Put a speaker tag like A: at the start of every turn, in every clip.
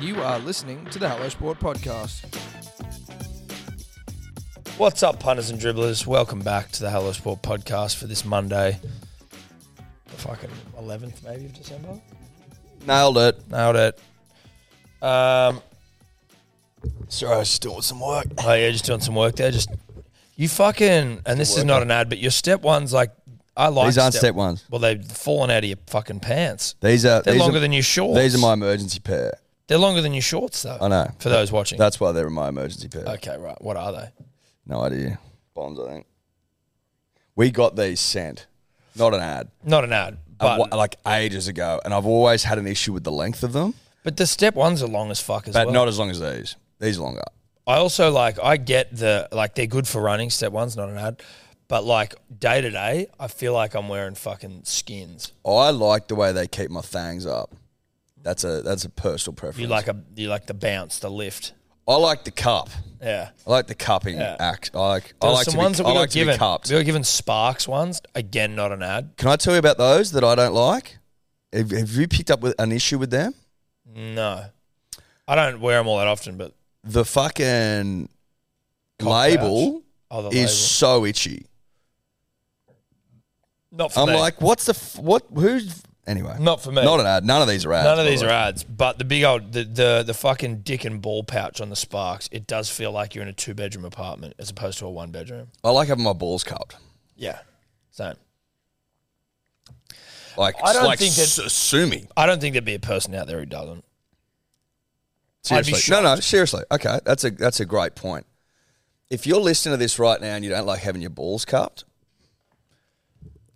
A: You are listening to the Hello Sport podcast.
B: What's up, punters and dribblers? Welcome back to the Hello Sport podcast for this Monday, the fucking 11th maybe of December.
C: Nailed it.
B: Nailed it. Um, sorry, I was just doing some work. Oh yeah, just doing some work there. Just you fucking, and this is not an ad, but your step ones like I like.
C: These aren't step ones.
B: Well, they've fallen out of your fucking pants.
C: These are
B: They're
C: these
B: longer
C: are,
B: than your shorts.
C: These are my emergency pair.
B: They're longer than your shorts though.
C: I know.
B: For those watching.
C: That's why they're my emergency pair.
B: okay, right. What are they?
C: No idea. Bonds, I think. We got these sent, not an ad,
B: Not an ad,
C: a
B: but
C: wh- like ages ago, and I've always had an issue with the length of them,
B: but the step ones are long as fuck as
C: but
B: well.
C: not as long as these. These are longer.
B: I also like I get the like they're good for running. Step one's not an ad, but like day to day, I feel like I'm wearing fucking skins.
C: I like the way they keep my thangs up. That's a that's a personal preference.
B: You like a you like the bounce, the lift.
C: I like the cup.
B: Yeah.
C: I like the cupping
B: Yeah.
C: act. I like I
B: There
C: like
B: some
C: to
B: ones that
C: be,
B: we
C: I
B: got
C: like to be
B: given.
C: cupped.
B: We were given Sparks ones. Again, not an ad.
C: Can I tell you about those that I don't like? Have, have you picked up with an issue with them?
B: No, I don't wear them all that often, but
C: The fucking label
B: oh, the
C: is so itchy.
B: label. not for
C: I'm
B: me.
C: like, what's the f- what? Who's anyway?
B: Not for me.
C: Not an ad. None of these are ads.
B: None of
C: by
B: these
C: the
B: are
C: way.
B: ads, but the big old the, the the fucking dick and ball pouch on the Sparks. It does feel like you're in a two bedroom apartment as opposed to a one bedroom.
C: I like having my balls cupped.
B: Yeah, same.
C: Like,
B: I don't
C: like
B: think that-
C: s- sue me.
B: I don't think there'd be a person out there who doesn't. I'd be
C: Seriously, no, no, seriously. Okay, that's a that's a great point. If you're listening to this right now and you don't like having your balls cupped,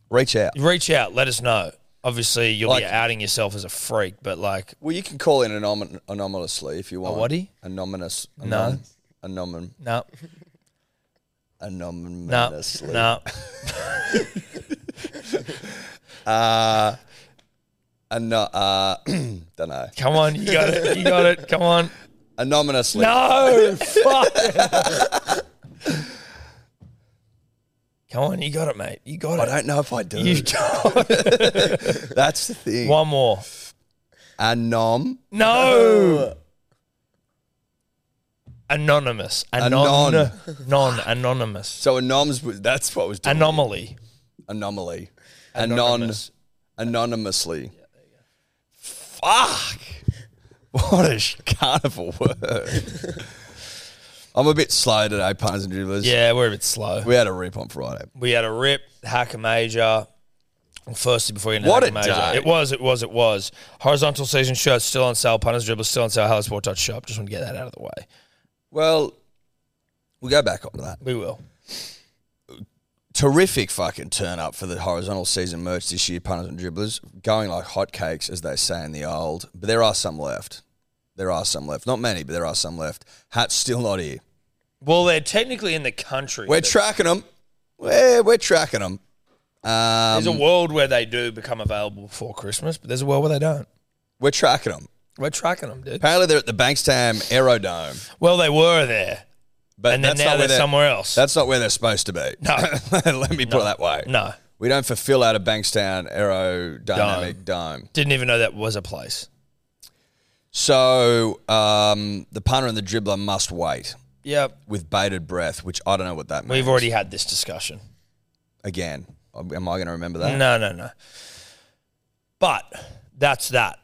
C: reach out.
B: Reach out, let us know. Obviously, you'll
C: Like-
B: be outing yourself as a freak, but like,
C: Well, you can call in anom- anonymously if you want.
B: whatty?
C: Anonymous.
B: No.
C: Anon-
B: no,
C: anon-
B: no,
C: anonymously.
B: no.
C: Ano- uh, don't know.
B: Come on, you got it, you got it. Come on,
C: Anonymously.
B: no, fuck. Come on, you got it, mate. You got
C: I
B: it.
C: don't know if I do.
B: You got it.
C: That's the thing.
B: One more.
C: Anom.
B: No. Anonymous. Anon.
C: Anon.
B: Non. Anonymous.
C: So anoms. was- That's what was doing.
B: Anomaly.
C: Anomaly. Anon.
B: Anonymous.
C: Anonymously. Fuck. What a sh- carnival word. I'm a bit slow today, punters and dribblers.
B: Yeah, we're a bit slow.
C: We had a rip on Friday.
B: We had a rip, hacker major. Firstly, before you know
C: What
B: hacker
C: a
B: major.
C: day.
B: It was, it was, it was. Horizontal season shirts still on sale. Punters dribblers still on sale. Hellosport.shop. Just want to get that out of the way.
C: Well, we'll go back onto that.
B: We will.
C: terrific fucking turn up for the horizontal season merch this year, punters and dribblers, going like hotcakes as they say in the old. But there are some left. There are some left. Not many, but there are some left. Hats still not here.
B: Well, they're technically in the country.
C: We're
B: but
C: tracking them. We're, we're tracking them. Um,
B: there's a world where they do become available before Christmas, but there's a world where they don't.
C: we're tracking them.
B: We're tracking them, dude.
C: Apparently they're at the Bankstown Aerodome,
B: Well, they were there,
C: but
B: and then
C: that's
B: now
C: not
B: they're
C: where they're
B: somewhere else.
C: That's not where they're supposed to be.
B: No.
C: Let me put it that way.
B: no.
C: We don't fulfill out a Bankstown Aerodynamic dome.
B: Didn't even know that was a place.
C: So um, the punter and the dribbler must wait.
B: Yep.
C: with bated breath, which I don't know what that means.
B: We've already had this discussion.
C: again. Am I going to remember that?
B: No, no, no. But that's that.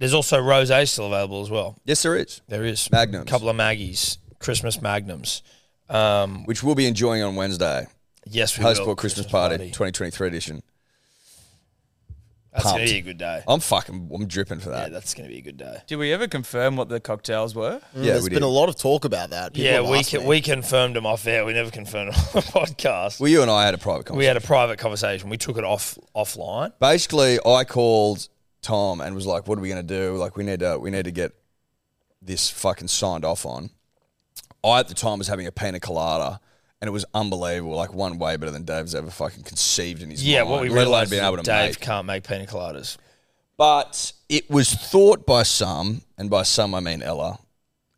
B: There's also rose still available as well.
C: Yes, there is,
B: There is
C: Magnums.
B: a couple of Maggies, Christmas Magnums. Um,
C: which we'll be enjoying on Wednesday.
B: yes, we
C: Hello
B: will.
C: Sport Christmas, Party, 2023 edition.
B: That's gonna
C: Pumped.
B: be a good day.
C: I'm fucking, I'm dripping for
B: Yeah,
C: that.
B: that's gonna be a good day.
D: Did we ever confirm what the cocktails were?
C: Yeah,
E: Mm. There's
C: we
E: been
C: did.
E: a lot of talk about that. People
B: yeah,
E: have
B: we
E: asked
B: can,
E: me.
B: we confirmed them off air. We never confirmed them on the podcast. We,
C: well, you and I had a private conversation.
B: had a private conversation. We took it off offline.
C: Basically, I called Tom and was like, "What are we going to do? Like, we need to, we need to get this fucking signed off on." I at the time was having a pina colada. And it was unbelievable, like one way better than Dave's ever fucking conceived in his
B: Yeah,
C: mind.
B: what we
C: let alone
B: realized
C: being
B: is
C: able to
B: Dave
C: make.
B: can't make pina coladas.
C: But it was thought by some, and by some I mean Ella,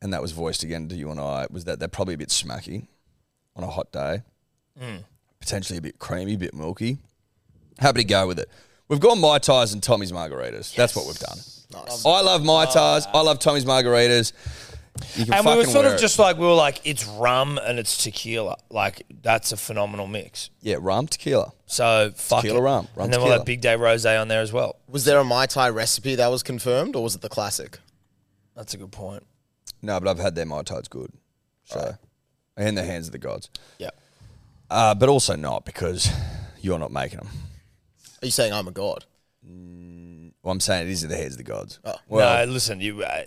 C: and that was voiced again to you and I, was that they're probably a bit smacky on
B: Mm.
C: a hot day, potentially a bit creamy, a bit milky. Happy to go with it. We've gone Mai Tais and Tommy's Margaritas. That's what we've done. I love Mai Tais. I love Tommy's Margaritas. You can
B: And we were
C: fucking
B: sort
C: wear
B: of
C: it.
B: just like we were like it's rum and it's tequila. Like that's a phenomenal mix.
C: Yeah, rum, tequila.
B: So fuck
C: Tequila
B: it.
C: rum, rum
B: and then we'll
C: tequila.
B: have Big Day Rosé on there as well.
E: Was there a Mai Tai recipe that was confirmed, or was it the classic?
B: That's a good point.
C: No, but I've had their Mai Tais good. So, in the hands of the gods.
E: Yeah.
C: Uh, but also not because you're not making them.
E: Are you saying I'm a god?
C: Well, I'm saying it is in the hands of the gods.
E: Oh.
C: Well,
B: no, listen, you uh,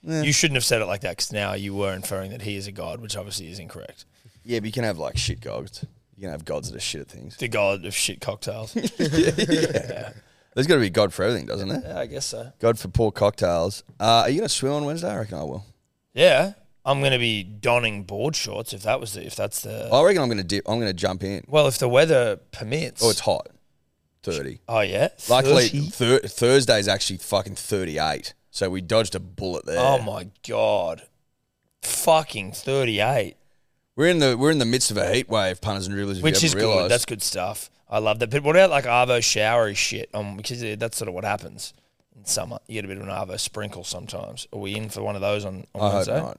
B: you shouldn't have said it like that because now you were inferring that he is a god, which obviously is incorrect.
C: yeah, but you can have like shit gods. You can have gods that are shit at things.
B: The god of shit cocktails.
C: There's got to be God for everything, doesn't there?
B: yeah, I guess so.
C: God for poor cocktails. Uh, are you going to swim on Wednesday? I reckon I will.
B: Yeah, I'm gonna be donning board shorts if that was the, if that's the
C: I reckon I'm going to dip. I'm going to jump in.
B: well if the weather permits.
C: Oh, it's hot. 30.
B: Oh, yeah,
C: Luckily,
B: 30?
C: thir- Thursday's actually fucking 38. So we dodged a bullet there.
B: Oh my god, fucking thirty eight,
C: We're in the we're in the midst of a heat wave, punters and dribblers. if
B: which
C: you
B: is
C: haven't realised.
B: good. That's good stuff. I love that. But what about like arvo showery shit? Um, because uh, that's sort of what happens in summer. You get a bit of an arvo sprinkle sometimes. Are we in for one of those on, on
C: I hope
B: Wednesday?
C: not.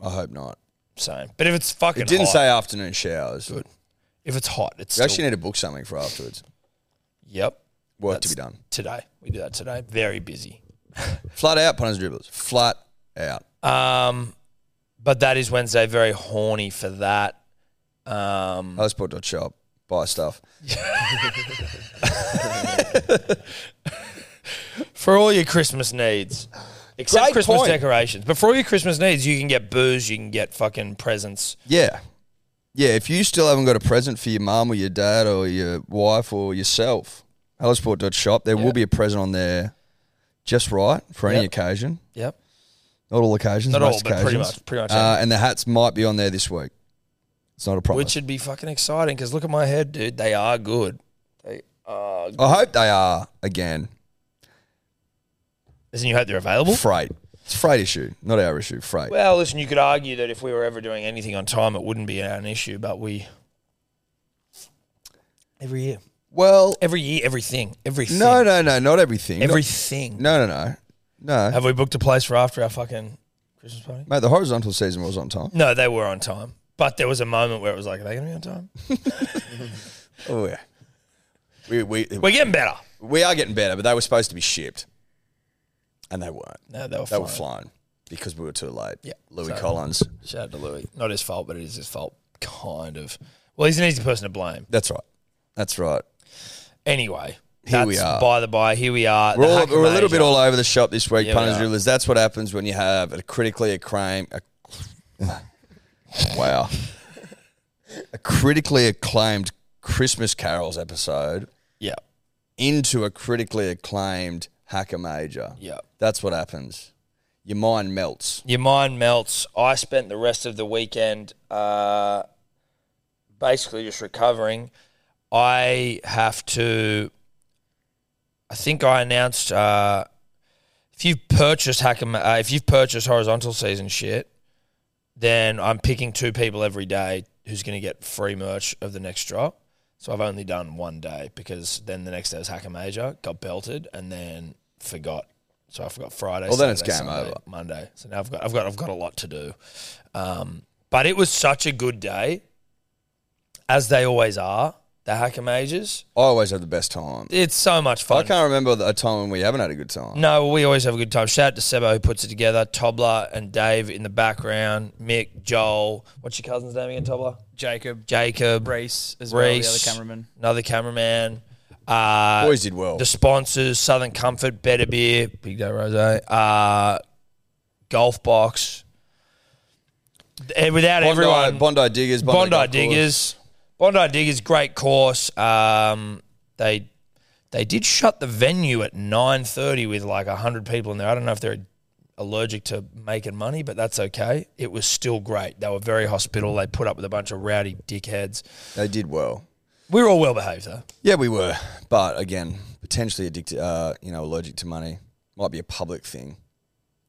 C: I hope not.
B: Same. But if it's fucking
C: It didn't
B: hot,
C: say afternoon showers.
B: if it's hot, it's
C: We
B: still,
C: actually need to book something for afterwards.
B: yep
C: Work to be
B: That's
C: done.
B: today. We do that today. Very busy.
C: Flat out, punters and dribblers. Flat out.
B: Um, but that is Wednesday. Very horny for that. Um,
C: Hotspot.shop. Buy stuff.
B: for all your Christmas needs, except
C: Great
B: Christmas
C: point.
B: decorations. But for all your Christmas needs, you can get booze, you can get fucking presents.
C: Yeah. Yeah, if you still haven't got a present for your mum or your dad or your wife or yourself, hellosport.shop, there will be a present on there just right for any
B: Yep.
C: occasion.
B: Yep.
C: Not all occasions,
B: Not all,
C: most
B: but pretty
C: occasions.
B: much- pretty much
C: Uh, and the hats might be on there this week. It's not a problem.
B: Which should be fucking exciting because look at my head, dude. They are good. They are.
C: I hope they are, again,
B: Isn't you hope they're available?
C: freight. It's a freight issue, not our issue, freight.
B: Well, listen, you could argue that if we were ever doing anything on time, it wouldn't be an issue, but we. Every year.
C: Well,
B: Every year, everything. Everything.
C: no, no, no, not everything. Not-
B: Everything.
C: no, no, no. No.
B: Have we booked a place for after our fucking Christmas party?
C: Mate, the horizontal season was on time.
B: No, they were on time. But there was a moment where it was like, are they going to be on time?
C: Oh, yeah. We, we,
B: We're getting better.
C: we are getting better, but they were supposed to be shipped, and they weren't.
B: No, they were
C: They
B: fine.
C: were flown because we were too late.
B: Yeah,
C: Louis
B: so-
C: Collins.
B: Shout out to Louis. Not his fault, but it is his fault, kind of. Well, he's an easy person to blame.
C: That's right. That's right.
B: Anyway,
C: Here
B: that's
C: we are.
B: by the by. Here we are.
C: We're,
B: The
C: all,
B: Hack
C: we're a little
B: Major.
C: bit all over the shop this week,
B: Yeah, we
C: punters,
B: are.
C: drillers. That's what happens when you have a critically acclaimed. A, wow. A critically acclaimed Christmas carols episode
B: Yeah,
C: into a critically acclaimed hacker major.
B: yeah.
C: That's what happens. Your mind melts.
B: Your mind melts. I spent the rest of the weekend uh, basically just recovering. I have to. I think I announced uh, if you've purchased Hackam, uh, if you've purchased Horizontal Season shit, then I'm picking two people every day who's going to get free merch of the next drop. So I've only done one day because then the next day was Hacker Major, got belted, and then forgot. So I forgot Friday.
C: Well, then it's
B: Saturday,
C: game
B: Sunday,
C: over.
B: Monday. So now I've got I've got I've got a lot to do. Um, but it was such a good day, as they always are. The Hacker Majors.
C: I always have the best time.
B: It's so much
C: I
B: fun.
C: can't remember a time when we haven't had a good time.
B: No, we always have a good time. Shout out to Sebo who puts it together. Tobler and Dave in the background. Mick, Joel. What's your cousin's name again? Tobler.
D: Jacob,
B: Jacob.
D: Reese, as well,
B: Reese.
D: the other cameraman.
B: Another cameraman. Uh,
C: Boys did well.
B: The sponsors: Southern Comfort, Better Beer, Big Day Rosé, uh, Golf Box. Eh, Without
C: Bondi,
B: everyone,
C: Bondi Diggers,
B: Bondi,
C: Bondi, Golf Course.
B: Diggers. Bondi Diggers, great course. Um, they they did shut the venue at nine thirty with like hundred people in there. I don't know if they're allergic to making money, but that's okay. It was still great. They were very hospitable. They put up with a bunch of rowdy dickheads.
C: They did well.
B: We were all well behaved though.
C: Yeah, we were, but again, potentially addicted. Uh, you know, allergic to money might be a public thing,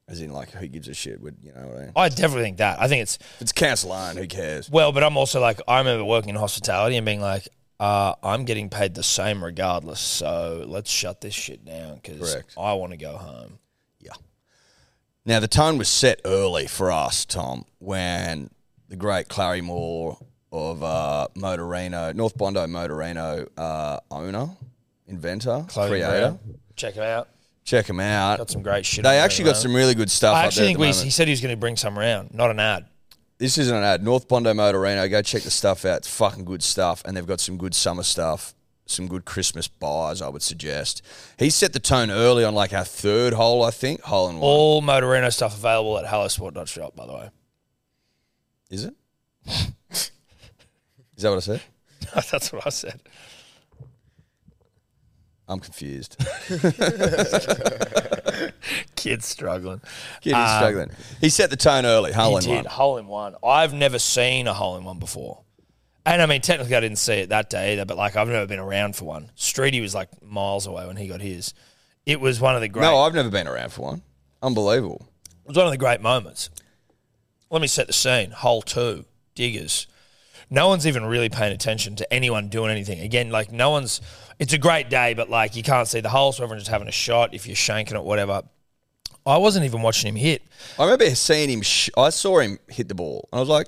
C: as in like who gives a shit? Would you know? What I mean?
B: I definitely think that. I think it's
C: If it's council owned, who cares?
B: Well, but I'm also like, I remember working in hospitality and being like, uh, I'm getting paid the same regardless. So let's shut this shit down because
C: Correct.
B: I want to go home.
C: Yeah. Now the tone was set early for us, Tom, when the great Clary Moore of uh, Motorino, North Bondo Motorino uh, owner, inventor,
B: Clothing
C: creator.
B: brand. Check him out.
C: Check him out.
B: Got some great shit.
C: they
B: on
C: actually
B: there,
C: got
B: man.
C: some really good
B: I
C: stuff. up there
B: actually
C: at
B: think
C: the
B: we,
C: moment.
B: he said he was going to bring some around, not an ad.
C: This isn't an ad. North Bondo Motorino. Go check the stuff out. It's fucking good stuff. And they've got some good summer stuff, some good Christmas buys, I would suggest. He set the tone early on like our third hole, I think. Hole in one.
B: All Motorino stuff available at hallosport.shop, by the way.
C: Is it? Is that what I said?
B: That's what I said.
C: I'm confused.
B: Kids struggling.
C: Kid, he's struggling. He set the tone early. Hole in
B: Um, he did
C: one.
B: hole in one. I've never seen a hole in one before, and I mean technically I didn't see it that day either. But like I've never been around for one. Streety was like miles away when he got his. It was one of the great.
C: No, I've never been around for one. Unbelievable.
B: It was one of the great moments. Let me set the scene. Hole two, diggers. No one's even really paying attention to anyone doing anything. Again, like no one's. It's a great day, but like you can't see the hole, so everyone's just having a shot. If you're shanking it, whatever. I wasn't even watching him hit.
C: I remember seeing him. Sh- I saw him hit the ball, and I was like,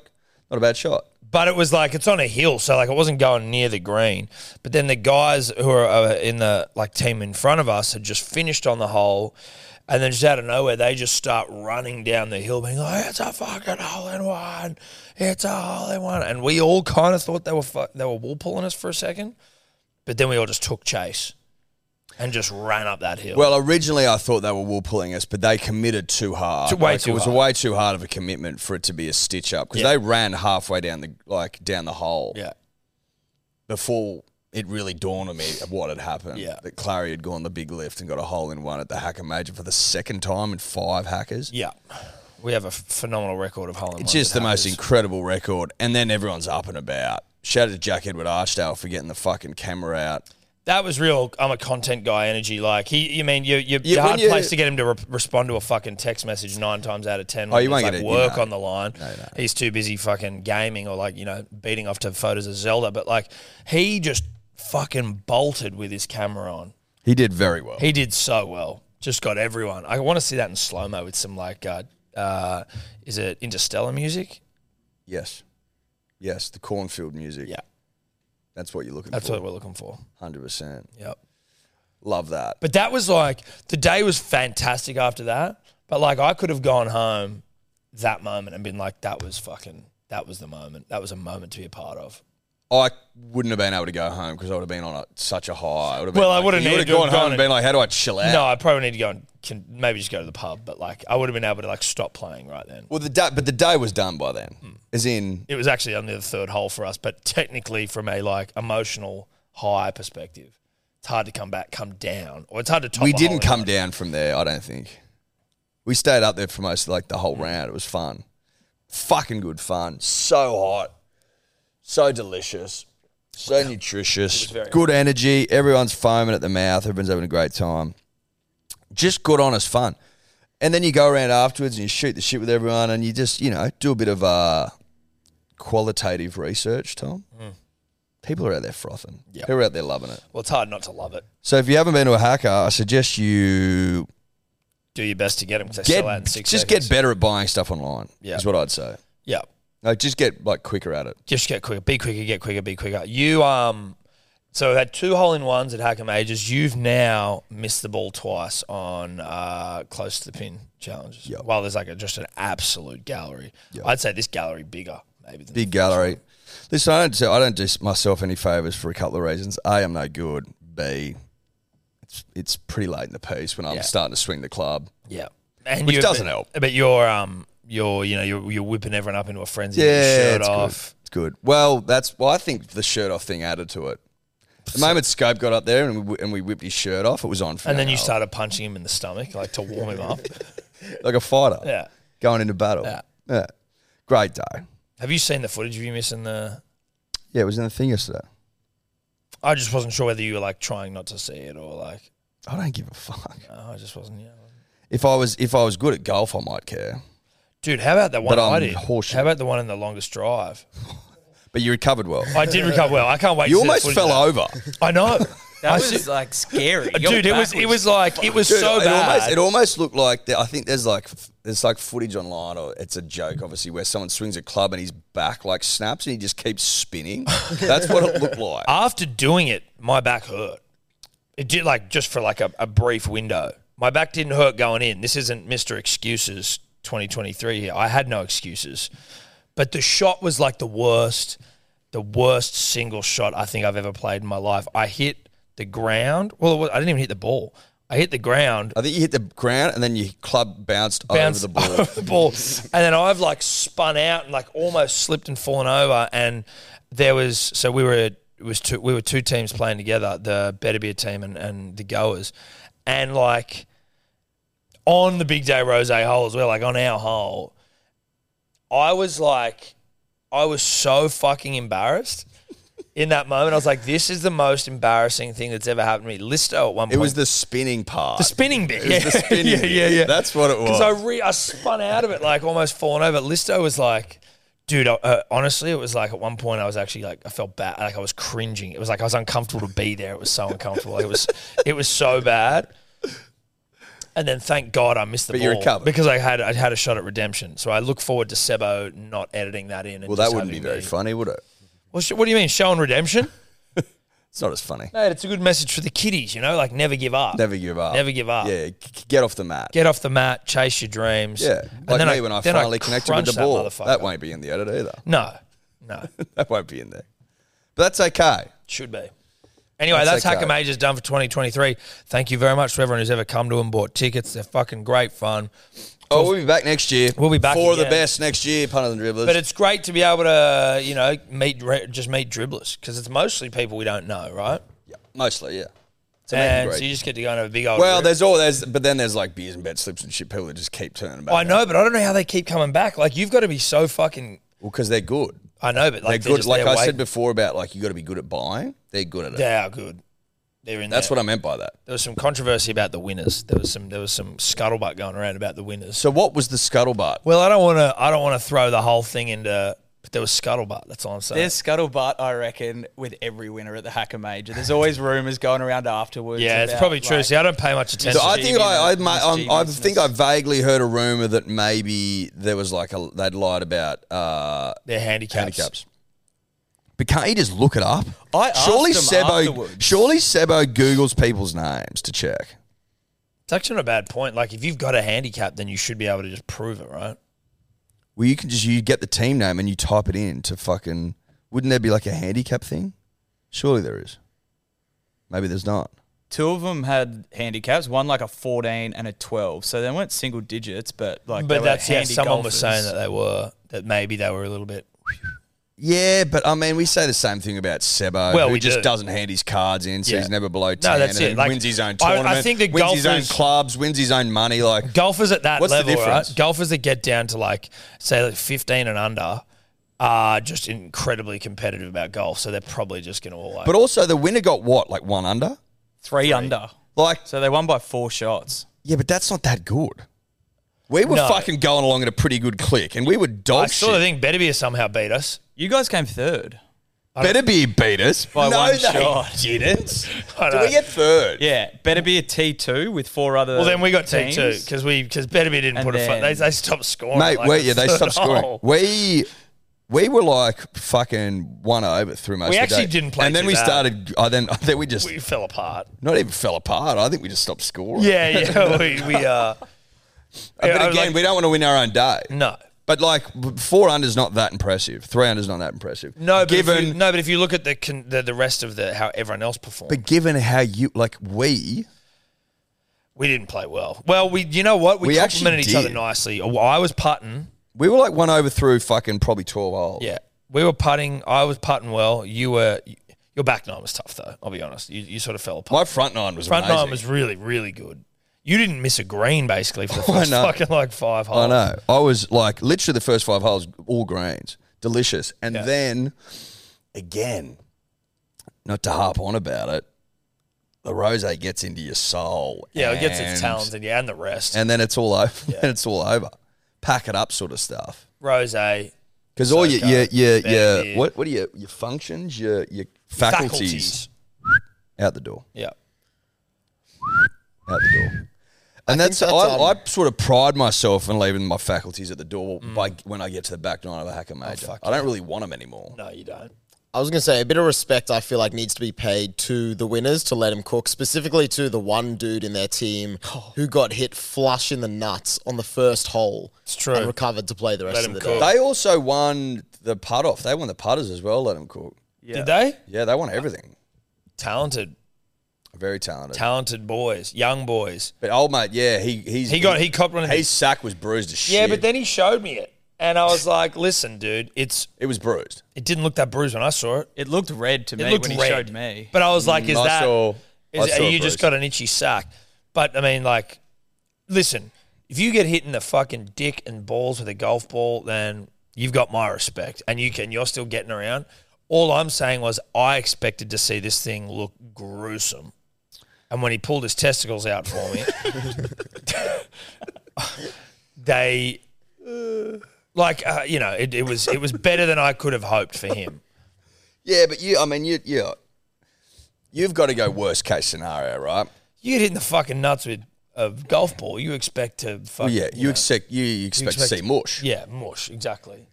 C: "Not a bad shot."
B: but it was like it's on a hill, so like it wasn't going near the green. But then the guys who are uh, in the like team in front of us had just finished on the hole, and then just out of nowhere they just start running down the hill, being like, "It's a fucking hole in one! It's a hole in one!" And we all kind of thought they were fu- they were wall pulling us for a second, but then we all just took chase and just ran up that hill.
C: Well, originally I thought they were wool pulling us, but they committed too hard.
B: To- way
C: Like,
B: too
C: it was
B: hard.
C: way too hard of a commitment for it to be a stitch up because
B: Yeah.
C: they ran halfway down the like down the hole
B: yeah,
C: before it really dawned on me what had happened.
B: Yeah.
C: that Clary had gone the big lift and got a hole in one at the Hacker Major for the second time in five hackers.
B: yeah, we have a f- phenomenal record of hole in ones
C: It's just the
B: with
C: most
B: hackers.
C: incredible record. And then everyone's up and about. Shout out to Jack Edward Archdale for getting the fucking camera out.
B: That was real. I'm a content guy. Energy, like he. You mean you? You
C: Yeah,
B: are
C: when
B: hard
C: you-
B: place to get him to re- respond to a fucking text message nine times out of ten. When
C: Oh, you won't
B: it's,
C: get
B: like
C: it, you
B: work
C: know.
B: on the line. He's too busy fucking gaming or like you know beating off to photos of Zelda. But like he just fucking bolted with his camera on.
C: He did very well.
B: He did so well. Just got everyone. I want to see that in slow mo with some like, uh, uh, is it interstellar music?
C: yes. Yes, the cornfield music.
B: Yeah,
C: That's what you're looking
B: that's
C: for.
B: what we're looking for.
C: 100%.
B: Yep.
C: Love that.
B: But that was like the day was fantastic after that. But like I could have gone home that moment and been like, that was fucking that was the moment. That was a moment to be a part of.
C: I wouldn't have been able to go home because I would have been on a, such a high. I would have been
B: Well, I
C: like-
B: would've
C: you
B: needed to have
C: gone home
B: gone
C: and
B: and-
C: been like, how do I chill out?
B: No, I probably need to go and can, maybe just go to the pub, but like I would have been able to like stop playing right then.
C: Well, the day, but the day was done by then.
B: Hmm.
C: As in,
B: It was actually only the third hole for us, but technically from a like emotional high perspective, it's hard to come back, come down, or it's hard to top.
C: we
B: a
C: didn't
B: hole
C: come down from there, I don't think. We stayed up there for most like the
B: Hmm.
C: whole round. It was fun. Fucking good fun. So hot. So delicious. So nutritious. Good energy. Everyone's foaming at the mouth. Everyone's having a great time. Just good, honest fun. And then you go around afterwards and you shoot the shit with everyone and you just, you know, do a bit of uh, qualitative research, Tom.
B: Mm.
C: People are out there frothing. People are out there loving it.
B: in- Well, it's hard not to love it.
C: So if you haven't been to a hacker, I suggest you
B: Do your best to get them because they sell out in
C: get
B: six
C: just
B: seconds.
C: get better at buying stuff online.
B: Yeah.
C: is what I'd say.
B: yeah.
C: Like just get like quicker at it.
B: just get quicker, be quicker, get quicker, be quicker. You um, so we've had two hole in ones at Hacker Majors. You've now missed the ball twice on uh, close to the pin challenges.
C: Yep.
B: Well, there's like a, just an absolute gallery. I'd say this gallery bigger maybe. Than
C: Big gallery. Listen, I don't do, I don't do myself any favors for a couple of reasons. A, I'm no good. B, it's it's pretty late in the piece when I'm
B: Yeah.
C: starting to swing the club.
B: yeah, and
C: Which
B: you've-
C: doesn't help.
B: But you're um, you're you know you're, you're whipping everyone up into a frenzy. Yeah,
C: Yeah,
B: shirt
C: it's
B: off.
C: good. It's good. Well, that's well. I think the shirt off thing added to it. The moment Scope got up there and we, and we whipped his shirt off, it was on. For
B: And
C: an
B: then you
C: hour.
B: started punching him in the stomach, like to warm him up.
C: like a fighter.
B: Yeah.
C: going into battle.
B: Yeah.
C: yeah. great day.
B: Have you seen the footage of you missing the?
C: Yeah, it was in the thing yesterday.
B: I just wasn't sure whether you were like trying not to see it or like
C: I don't give a fuck.
B: oh, I just wasn't. Yeah,
C: If I was if I was good at golf, I might care.
B: Dude, how about that one
C: But
B: I
C: I'm
B: did?
C: horseshit.
B: How about the one in the longest drive?
C: But you recovered well.
B: I did recover well. I can't wait.
C: You
B: to see the
C: almost
B: footage
C: fell
B: of
C: over.
B: that. I know,
D: That
B: I
D: was
B: see-
D: like scary.
B: dude. It was it was like it was
C: Dude,
B: so
C: it almost,
B: bad.
C: it almost looked like there- I think there's like f- there's like footage online or it's a joke obviously where someone swings a club and his back like snaps and he just keeps spinning. That's what it looked like.
B: After doing it, my back hurt. It did like just for like a, a brief window. My back didn't hurt going in. This isn't Mister Excuses 2023 here. I had no excuses, but the shot was like the worst, the worst single shot I think I've ever played in my life. I hit the ground. Well, it was, I didn't even hit the ball. I hit the ground
C: I think you hit the ground and then your club bounced,
B: bounced
C: over the
B: ball.
C: ball.
B: And then I've like spun out and like almost slipped and fallen over. And there was so we were it was two we were two teams playing together, the Better Beer team and, and the Goers, and like on the big day rose hole as well, like on our hole, I was like, I was so fucking embarrassed. In that moment, I was like, "This is the most embarrassing thing that's ever happened to me." Listo at one
C: It
B: point,
C: was the spinning part.
B: the spinning bit.
C: It was the spinning
B: yeah,
C: bit.
B: yeah, yeah.
C: That's what it
B: Because
C: was.
B: I re- I spun out of it like almost falling over. Listo was like, dude, uh, honestly, it was like at one point I was actually like I felt bad, like I was cringing. It was like I was uncomfortable to be there. It was so uncomfortable. It was it was so bad. And then thank God I missed the
C: But you
B: ball
C: recovered.
B: because I had I had a shot at redemption. So I look forward to Sebo not editing that in. And
C: well, that
B: just
C: wouldn't be
B: having
C: very
B: me-
C: funny, would it?
B: Well, sh- what do you mean showing redemption?
C: It's not as funny.
B: Mate, it's a good message for the kiddies. You know, like never give up.
C: Never give up.
B: Never give up.
C: Yeah, c- c- get off the mat.
B: get off the mat, chase your dreams.
C: yeah,
B: And
C: like
B: then
C: me when I
B: then
C: finally connected with the
B: crunched that
C: ball.
B: motherfucker.
C: That won't be in the edit either.
B: No, no,
C: That won't be in there. But that's okay.
B: should be. Anyway,
C: That's
B: that's,
C: okay.
B: Hacker Majors done for 2023. Thank you very much to everyone who's ever come to and bought tickets. They're fucking great fun.
C: Oh, we'll be back next year.
B: We'll be back
C: for the
B: again.
C: best next year, punters and dribblers.
B: But it's great to be able to, you know, meet re- just meet dribblers because it's mostly people we don't know, right?
C: Yeah, mostly, yeah. To make it
B: And
C: great.
B: so you just get to go and have a big old.
C: well,
B: group.
C: there's all there's, but then there's like beers and bet slips and shit. People that just keep turning back.
B: I know, but I don't know how they keep coming back. Like you've got to be so fucking.
C: Well, because they're good.
B: I know, but like
C: they're good. Like I said
B: before,
C: before about like you got to be good at buying. They're good at it.
B: they are good. They're in.
C: That's
B: there.
C: what I meant by that.
B: there was some controversy about the winners. There was some there was some scuttlebutt going around about the winners.
C: So what was the scuttlebutt?
B: Well, I don't want to I don't want to throw the whole thing into. But there was scuttlebutt. That's all I'm saying.
D: There's scuttlebutt, I reckon, with every winner at the Hacker Major. There's always rumours going around afterwards.
B: yeah, it's
D: about,
B: probably true.
D: like,
B: See, I don't pay much attention.
C: So I think I I,
D: Mischievous-
C: ma- um, I
D: mischievousness.
C: think I vaguely heard a rumor that maybe there was like a they'd lied about uh,
B: They're handicaps.
C: handicaps. But can't you just look it up?
D: I asked
C: surely
D: them
C: Sebo
D: afterwards.
C: surely Sebo Googles people's names to check.
B: It's actually not a bad point. Like if you've got a handicap, then you should be able to just prove it, right?
C: Well, you can just you get the team name and you type it in to fucking. Wouldn't there be like a handicap thing? Surely there is. Maybe there's not.
D: two of them had handicaps. One like a 14 and a 12. So they weren't single digits, but like they
B: but
D: were
B: that's yeah.
D: handy
B: Someone was
D: golfers.
B: saying that they were that maybe they were a little bit.
C: Yeah, but I mean, we say the same thing about Sebo,
B: Well,
C: who
B: we
C: just
B: do.
C: doesn't hand his cards in, so
B: Yeah.
C: he's never below ten.
B: that's
C: and
B: it. Like,
C: wins his own
B: I- I
C: tournament.
B: think the
C: wins his own
B: golfers-
C: clubs, wins his own money. Like
B: Golfers at that
C: What's the
B: level, right?
C: difference?
B: Golfers that get down to like say like 15 and under are just incredibly competitive about golf, so they're probably just going to all. Like,
C: But also, the winner got what, like one under?
D: Three under.
C: Like,
D: So they won by four shots.
C: yeah, but that's not that good. We were
B: No.
C: fucking going along at a pretty good click, and we were dog
B: I still
C: shit.
B: think Better Beer somehow beat us.
D: You guys came third.
C: Better be beat us
D: By
C: no,
D: one
C: they
D: shot.
C: Didn't.
B: I
C: Did
B: know.
C: we get third?
D: Yeah, better be a T two with four other.
B: Well, then we got T
D: teams.
B: two because we because Better Beer didn't
D: And
B: put a. Fu-
D: then-
B: they, they stopped scoring,
C: mate.
B: like, Oh.
C: we,
B: the
C: yeah, they
B: third
C: stopped scoring.
B: hole.
C: We we were like fucking one over through most.
B: We
C: of the
B: actually
C: day.
B: didn't play
C: and then
B: too
C: we
B: bad.
C: started. I then I think we just
B: We fell apart.
C: not even fell apart. I think we just stopped scoring.
B: Yeah, yeah, we we uh.
C: but
B: yeah, I
C: again,
B: was like-
C: we don't want to win our own day.
B: no,
C: But like four under's not that impressive. Three under's not that impressive.
B: no, but if
C: given
B: you, no, but if you look at the, con- the the rest of the how everyone else performed,
C: but given how you like we
B: we didn't play well. Well, we you know what we,
C: We actually
B: complimented each other
C: did.
B: nicely. Oh, I was putting,
C: we were like one over through fucking probably twelve holes.
B: yeah, we were putting. I was putting well. You were your back nine was tough though. I'll be honest, you, you sort of fell apart.
C: My front nine was
B: front
C: amazing.
B: nine was really, really good. You didn't miss a green basically for the
C: I
B: first
C: know.
B: fucking like five
C: I
B: holes.
C: know. I was like literally the first five holes, all greens, delicious. And then again, not to harp on about it, the rose gets into your soul.
B: Yeah, it gets
C: and-
B: its talons and yeah, and the rest.
C: and then it's all over. and it's all over. Pack it up, sort of stuff.
B: Rose,
C: Because all your, your, your,
B: There it
C: your
B: is.
C: what, what are your, your functions, your, your faculties, out the door,
B: Yeah.
C: out the door. And that's,
E: that's,
C: I,
E: um,
C: I sort of pride myself in leaving my faculties at the door
B: Mm.
C: by when I get to the back nine of a hacker major. I don't really want them anymore.
B: No, you don't.
E: I was going to say a bit of respect. I feel like needs to be paid to the winners to let him cook, specifically to the one dude in their team
B: Oh.
E: who got hit flush in the nuts on the first hole. It's
B: true.
E: And recovered to play the rest
B: Let
E: of
B: him
E: the
B: cook.
E: day.
C: They also won the putt off. They won the putters as well. Let them cook.
D: Yeah.
B: Did they?
C: Yeah, they won everything.
B: Talented,
C: Very talented.
B: talented boys, young boys.
C: but old mate, yeah, he he's,
B: He got he copped one of
C: his
B: these.
C: sack was bruised as shit.
B: Yeah, but then he showed me it, and I was like, "Listen, dude, it's
C: it was bruised.
B: it didn't look that bruised when I saw it.
D: It looked red to
B: It
D: me
B: looked
D: when he
B: red.
D: showed me.
B: But I was like, "Is
C: Mm, I
B: that?
C: saw-
B: is-
C: I saw
B: you
C: it
B: just
C: bruised.
B: got an itchy sack?" But I mean, like, listen, if you get hit in the fucking dick and balls with a golf ball, then you've got my respect, and you can. You're still getting around. All I'm saying was I expected to see this thing look gruesome, and when he pulled his testicles out for me, they. Like uh, you know, it, it was it was better than I could have hoped for him.
C: Yeah, but you, I mean, you, you, you've got to go worst case scenario, right?
B: You get hit in the fucking nuts with a golf ball. You expect to fucking.
C: yeah, you,
B: know,
C: expect you, you expect to
B: expect-
C: see mush.
B: Yeah, mush, exactly.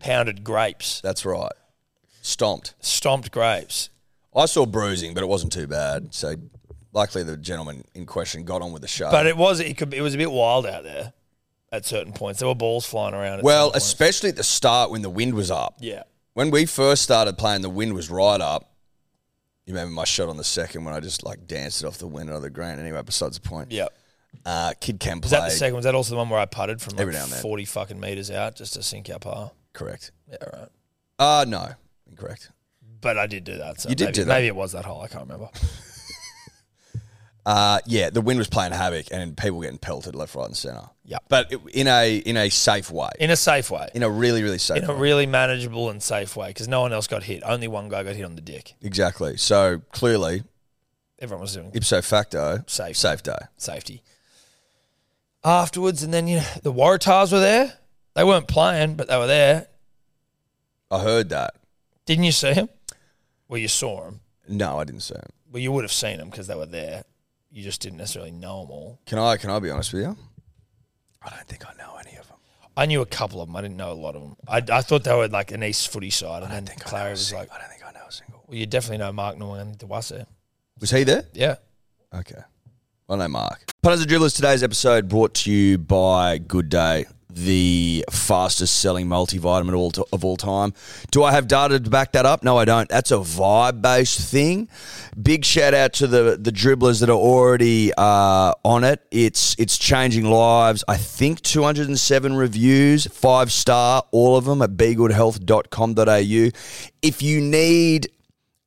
B: Pounded grapes,
C: That's right. Stomped.
B: stomped grapes.
C: I saw bruising, but it wasn't too bad. So, luckily, the gentleman in question got on with the show.
B: But it was it could it was a bit wild out there at certain points. There were balls flying around. At
C: well,
B: some points.
C: especially at the start when the wind was up.
B: yeah,
C: When we first started playing, the wind was right up. You remember my shot on the second when I just like danced it off the wind out of the green. Anyway, besides the point.
B: yeah.
C: Uh, kid can play.
B: Was that the second? Was that also the one where I putted from like
C: Every now and then.
B: forty fucking meters out just to sink our par?
C: Correct.
B: Yeah, right.
C: Uh, no, incorrect.
B: But I did do that. So
C: You did
B: maybe,
C: do that.
B: Maybe it was that hole. I can't remember.
C: Uh, yeah, the wind was playing havoc and people getting pelted left, right, and center.
B: Yeah.
C: but it, in a in a safe way,
B: In a safe way,
C: in a really really safe
B: in a
C: way.
B: really manageable and safe way, because no one else got hit. Only one guy got hit on the dick.
C: exactly. So clearly,
B: Everyone was doing
C: ipso facto,
B: Safe.
C: safe day.
B: safety. Afterwards, and then you know, the Waratahs were there. They weren't playing, but they were there.
C: I heard that.
B: Didn't you see them? Well, you saw them.
C: No, I didn't say. It.
B: Well, you would have seen them because they were there. You just didn't necessarily know them all.
C: Can I can I be honest with you? I don't think I know any of them.
B: I knew a couple of them. I didn't know a lot of them. I, I thought they were like an East footy side, and then Clary was like,
C: I don't think I know a single.
B: "Well, you definitely know Mark Norman Dewasa."
C: Was he there?
B: Yeah,
C: Okay. Well, no, Mark. Punters and Dribblers, today's episode brought to you by Good Day, the fastest selling multivitamin all to, of all time. Do I have data to back that up? No, I don't. That's a vibe based thing. Big shout out to the, the dribblers that are already uh, on it. It's, it's changing lives. I think 207 reviews, five star, all of them at begoodhealth.com.au. If you need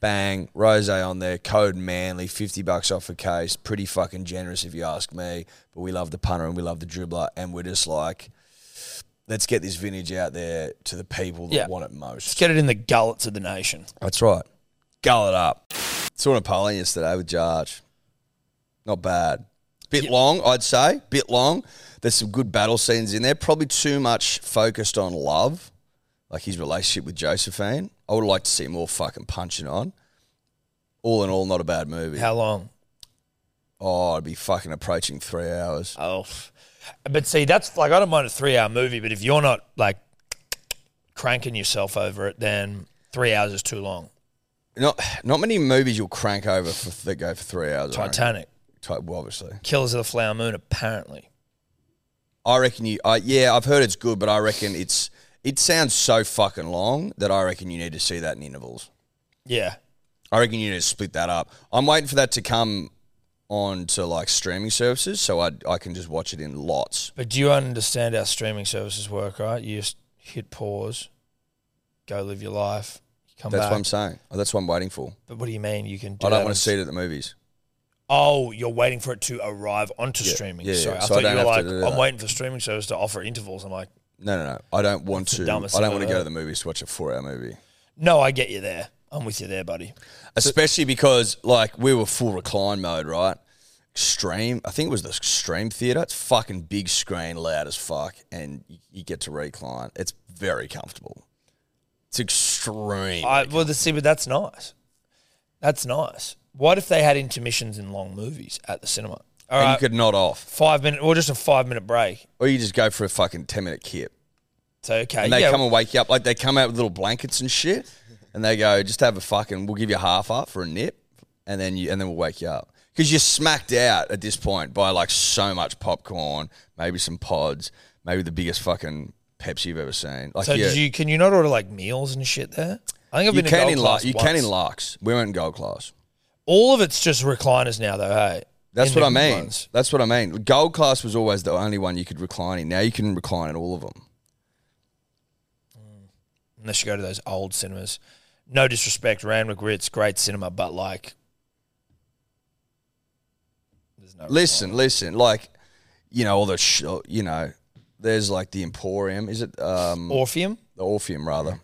C: bang, rose on there, code Manly, 50 bucks off a case. Pretty fucking generous if you ask me. But we love the punter and we love the dribbler. And we're just like, let's get this vintage out there to the people that
B: Yeah.
C: want it most.
B: Let's get it in the gullets of the nation.
C: That's right. Gull it up. Saw Napoleon yesterday with Jarge. Not bad. Bit long, I'd say. Bit long. There's some good battle scenes in there. Probably too much focused on love, like his relationship with Josephine. I would like to see more fucking punching on. All in all, not a bad movie.
B: How long?
C: oh, I'd be fucking approaching three hours.
B: Oh, f- but see, that's like I don't mind a three-hour movie, but if you're not like cranking yourself over it, then three hours is too long.
C: Not not many movies you'll crank over for, that go for three hours. I reckon.
B: Titanic,
C: Ti- well, obviously.
B: Killers of the Flower Moon, apparently.
C: I reckon you. I yeah, I've heard it's good, but I reckon it's. It sounds so fucking long that I reckon you need to see that in intervals.
B: Yeah,
C: I reckon you need to split that up. I'm waiting for that to come on to like streaming services, so I I can just watch it in lots.
B: but do you understand how streaming services work, right? You just hit pause, go live your life, come
C: That's
B: back.
C: what I'm saying. Oh, That's what I'm waiting for.
B: but what do you mean you can? Do
C: I don't
B: that
C: want
B: on-
C: to see it at the movies.
B: Oh, you're waiting for it to arrive onto
C: Yeah,
B: streaming.
C: yeah, yeah.
B: Sorry, I
C: So I
B: thought
C: don't
B: you were
C: have to
B: like,
C: do
B: I'm
C: that.
B: waiting for streaming service to offer intervals. I'm like,
C: No, no, no. I don't want
B: the
C: to.
B: dumbest
C: I don't
B: thing
C: want to
B: I've
C: go to
B: heard.
C: the movies to watch a four hour movie,
B: no, I get you there. I'm with you there, buddy.
C: especially because like we were full recline mode, right? Extreme. I think it was the extreme theater. It's fucking big screen, loud as fuck, and you, you get to recline. It's very comfortable. It's extreme.
B: I, well, see, but that's nice. That's nice. What if they had intermissions in long movies at the cinema? All
C: and you
B: right,
C: could nod off,
B: five minute or just a five minute break.
C: or you just go for a fucking ten minute kip,
B: So okay,
C: and they
B: yeah,
C: come and wake you up. Like they come out with little blankets and shit, and they go, "Just have a fucking. We'll give you half up for a nip, and then you and then we'll wake you up." Because you're smacked out at this point by like so much popcorn, maybe some pods, maybe the biggest fucking Pepsi you've ever seen. Like
B: so
C: yeah,
B: did you? Can you not order like meals and shit there? I think I've
C: you
B: been
C: can
B: to
C: in
B: gold
C: la-
B: class
C: you
B: once.
C: can in larks. We went in gold class.
B: All of it's just recliners now, though. Hey,
C: That's
B: In
C: what
B: the
C: I
B: good
C: mean.
B: ones.
C: That's what I mean. Gold class was always the only one you could recline in. Now you can recline in all of them.
B: Unless you go to those old cinemas. No disrespect, Randwick Ritz, great cinema, but like, there's no.
C: Listen, listen, like you know all the sh- you know. There's like the Emporium. Is it um,
B: Orpheum.
C: the Orpheum rather.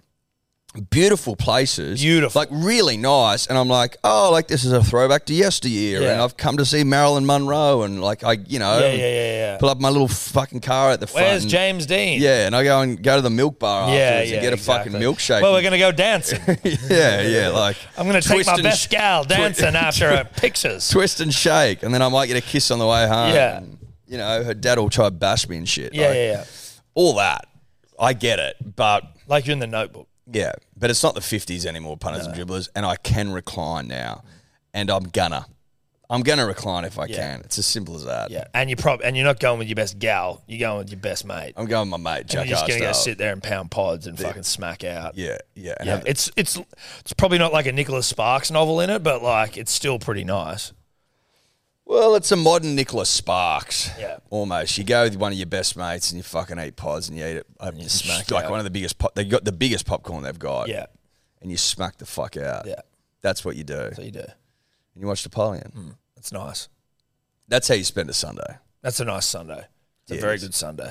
C: Beautiful places.
B: Beautiful.
C: Like really nice. And I'm like, oh, like this is a throwback to yesteryear. And
B: Yeah.
C: I've come to see Marilyn Monroe and like I, you know,
B: Yeah, yeah, yeah, yeah.
C: pull up my little fucking car at the front.
B: Where's
C: and-
B: James Dean?
C: Yeah, and I go and go to the milk bar afterwards
B: yeah,
C: and
B: yeah.
C: get a
B: exactly.
C: fucking milkshake.
B: Well, we're gonna go dancing.
C: yeah, yeah, like
B: I'm gonna take
C: twist
B: my
C: and
B: best
C: sh-
B: gal dancing after her pictures.
C: twist and shake, and then I might get a kiss on the way home.
B: Yeah.
C: And, you know, her dad will try to bash me and shit.
B: Yeah,
C: Like,
B: yeah, yeah.
C: all that. I get it, but
B: Like you're in the Notebook.
C: Yeah, but it's not the 50s anymore, punters and dribblers, and I can recline now, and I'm gonna. I'm gonna recline if I can. It's as simple as that.
B: Yeah, and you prob and you're not going with your best gal. You're going with your best mate.
C: I'm going with my mate,
B: And
C: Jack
B: you're just gonna go
C: Arstyle.
B: sit there and pound pods and fucking smack out.
C: Yeah, yeah. and
B: Yeah,
C: have-
B: it's it's it's probably not like a Nicholas Sparks novel in it, but like it's still pretty nice.
C: well, it's a modern Nicholas Sparks.
B: Yeah.
C: Almost. You go with one of your best mates and you fucking eat pods and you eat it. uh,
B: smack
C: like
B: out.
C: one of the biggest pop they got the biggest popcorn they've got.
B: Yeah,
C: And you smack the fuck out.
B: Yeah.
C: That's what you do.
B: so you Hmm. do.
C: and you watch Napoleon.
B: It's nice.
C: That's how you spend a Sunday.
B: That's a nice Sunday. It's a
C: Yeah,
B: very
C: it is.
B: good Sunday.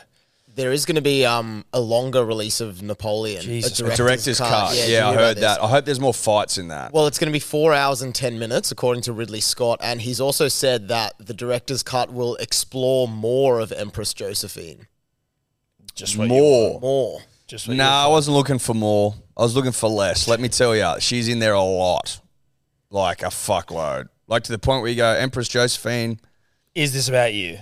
E: There is going to be um, a longer release of Napoleon.
B: Jesus. A
C: A director's cut. Yeah,
E: did you
C: I
E: hear about
C: heard
E: this?
C: that. I hope there's more fights in that.
E: Well, it's going to be four hours and 10 minutes, according to Ridley Scott. And he's also said that the director's cut will explore more of Empress Josephine.
B: Just what You want.
C: more.
E: More.
B: Just
C: No,
B: what
C: I
B: You want.
C: wasn't looking for more. I was looking for less. Let me tell you, she's in there a lot, like a fuckload, like to the point where you go, Empress Josephine.
B: Is this about you?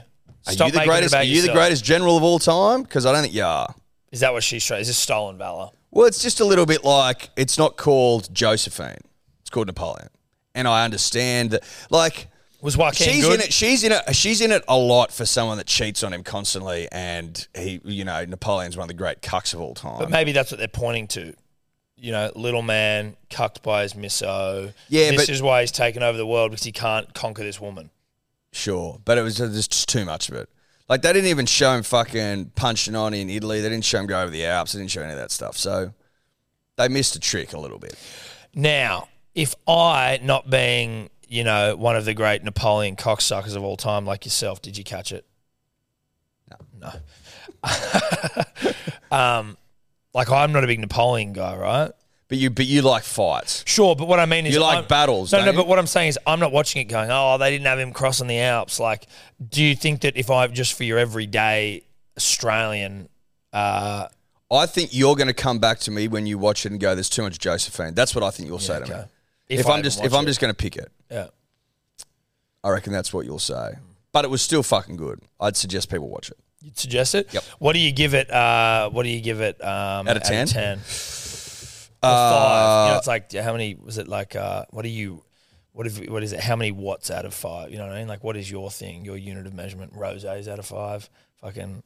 C: Are
B: Stop
C: you the
B: making it
C: greatest?
B: about
C: Are you the
B: yourself.
C: greatest general of all time? Because I don't think you are.
B: Is that what she's trying? Is this stolen valor?
C: Well, it's just a little bit like it's not called Josephine. It's called Napoleon. And I understand that, like
B: Was Joaquin
C: she's
B: good?
C: in it. She's in it. She's in it a lot for someone that cheats on him constantly. And he, you know, Napoleon's one of the great cucks of all time.
B: But maybe that's what they're pointing to. You know, little man cucked by his misso.
C: Yeah,
B: this
C: but-
B: is why he's taken over the world because he can't conquer this woman.
C: Sure, but it was uh, there's just too much of it. Like they didn't even show him fucking punching on in Italy. They didn't show him go over the Alps. They didn't show any of that stuff. So they missed a trick a little bit.
B: Now, if I, not being you know one of the great Napoleon cocksuckers of all time like yourself, did you catch it? No, no. um, like I'm not a big Napoleon guy, right?
C: But you, but you like fights.
B: Sure, but what I mean is
C: You like
B: I'm-
C: battles,
B: No, no.
C: don't you?
B: But what I'm saying is, I'm not watching it going, "Oh, they didn't have him crossing the Alps." Like, do you think that if I just for your everyday Australian, uh,
C: I think you're going to come back to me when you watch it and go, "There's too much Josephine." That's what I think you'll say to me.
B: okay.
C: If,
B: I
C: I'm
B: even
C: just,
B: watch
C: if I'm
B: it.
C: just going to pick it,
B: yeah,
C: I reckon that's what you'll say. But it was still fucking good. I'd suggest people watch it.
B: you'd suggest it.
C: Yep.
B: What do you give it? Uh, what do you give it? Um,
C: Out of Uh, 10?
B: ten. Or five. You know, it's like how many was it? Like, uh, what do you? What if? What is it? How many watts out of five? You know what I mean? Like, what is your thing? Your unit of measurement? Rosés out of five? Fucking.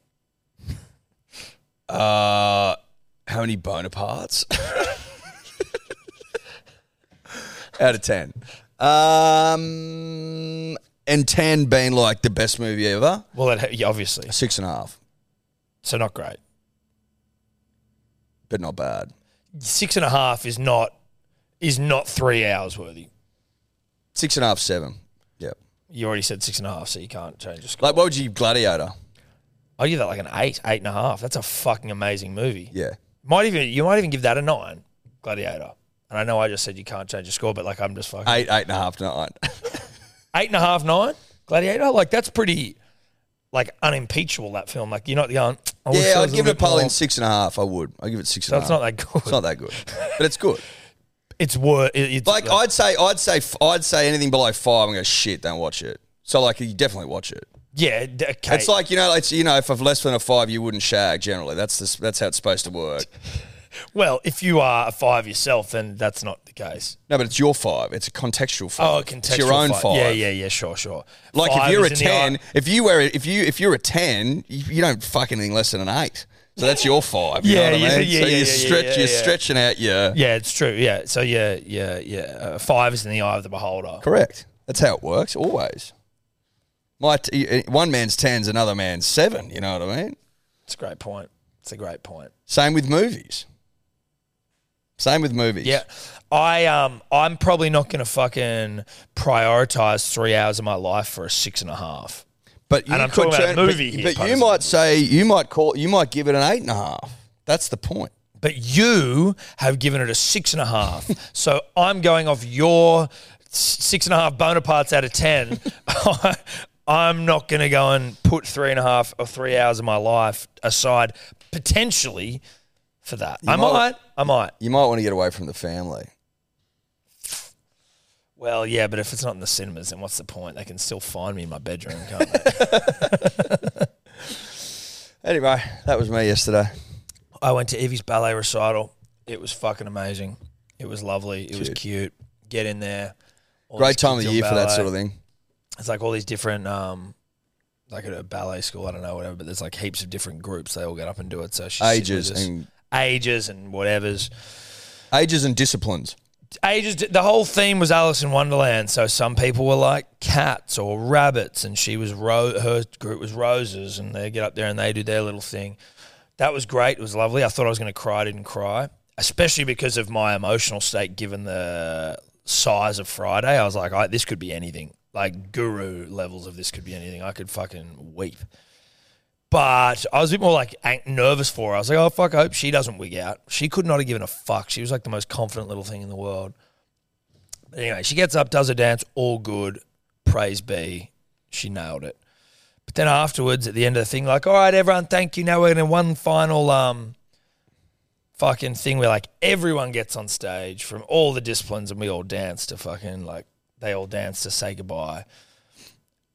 C: Uh, how many Bonapartes? Out of ten. Um, and ten being like the best movie ever.
B: Well, it, yeah, obviously.
C: Six and a half,
B: So not great.
C: but not bad.
B: six and a half is not is not three hours worthy.
C: Six and a half, seven. Yep.
B: You already said six and a half, so you can't change the score.
C: Like, what would you give Gladiator?
B: I give that like an eight, eight and a half. That's a fucking amazing movie.
C: Yeah.
B: Might even you might even give that a nine, Gladiator. And I know I just said you can't change the score, but like I'm just fucking
C: Eight, eight and a half, nine.
B: eight and a half, nine, Gladiator. Like that's pretty like unimpeachable that film. Like you're not going. I wish
C: yeah,
B: there was
C: I'd
B: a
C: give
B: little bit more.
C: Napoleon six and a half. I would. I'd give it six
B: So
C: and a
B: it's
C: half.
B: not that good.
C: It's not that good, but it's good.
B: It's worth. It, it's
C: Like I'd say, I'd say, I'd say anything below five. I'm going shit. Don't watch it. So like, you definitely watch it.
B: yeah. d- Okay.
C: It's like you know, it's you know, if I've less than a five, you wouldn't shag. Generally, that's this, that's how it's supposed to work.
B: well, if you are a five yourself, then that's not the case.
C: No, but it's your five. It's a contextual
B: Oh,
C: five.
B: a contextual.
C: It's your own
B: fight.
C: five.
B: Yeah, yeah, yeah. Sure, sure.
C: Like
B: Five
C: if you're a
B: is in the eye-
C: ten, if you were, if you if you're a ten, you, you don't fuck anything less than an eight. So that's your five. You
B: Yeah,
C: know what
B: yeah,
C: I mean?
B: yeah,
C: so
B: yeah,
C: you
B: yeah,
C: stretch,
B: yeah,
C: you're
B: yeah.
C: stretching out your
B: Yeah, it's true. Yeah. So yeah, yeah, yeah. Uh, five is in the eye of the beholder.
C: correct. That's how it works always. My t- one man's tens, another man's seven. You know what I mean?
B: It's a great point. It's a great point.
C: Same with movies. Same with movies.
B: Yeah. I um I'm probably not gonna fucking prioritize three hours of my life for a six and a half.
C: But you
B: And I'm
C: could
B: talking about
C: turn,
B: a movie
C: but,
B: here,
C: but you
B: Pose.
C: might say you might call you might give it an eight and a half. That's the point.
B: But you have given it a six and a half. so I'm going off your s- six and a half Bonapartes out of ten. I'm not going to go and put three and a half or three hours of my life aside potentially for that. I
C: might-
B: might, I might.
C: You might want to get away from the family.
B: Well, yeah, but if it's not in the cinemas, then what's the point? They can still find me in my bedroom, can't they?
C: Anyway, that was me yesterday.
B: I went to Evie's ballet recital. It was fucking amazing. It was lovely. It was
C: Dude.
B: cute. Get in there. All
C: Great
B: these
C: time of
B: kids
C: the
B: doing
C: year for that
B: ballet.
C: sort of thing.
B: it's like all these different um like at a ballet school, I don't know, whatever, but there's like heaps of different groups. They all get up and do it. So she's sitting
C: Ages
B: with us.
C: and
B: ages and whatever's
C: ages and disciplines.
B: ages. The whole theme was Alice in Wonderland. So some people were like cats or rabbits, and she was ro- her group was roses, and they get up there and they do their little thing. That was great. It was lovely. I thought I was going to cry. I didn't cry, especially because of my emotional state, given the size of Friday. I was like, I, this could be anything. Like guru levels of this could be anything. I could fucking weep. But I was a bit more like an- nervous for her. I was like, oh, fuck, I hope she doesn't wig out. She could not have given a fuck. She was like the most confident little thing in the world. But anyway, she gets up, does her dance, all good. Praise be. She nailed it. But then afterwards, at the end of the thing, like, all right, everyone, thank you. Now we're going to one final um, fucking thing where like everyone gets on stage from all the disciplines and we all dance to fucking like, they all dance to say goodbye.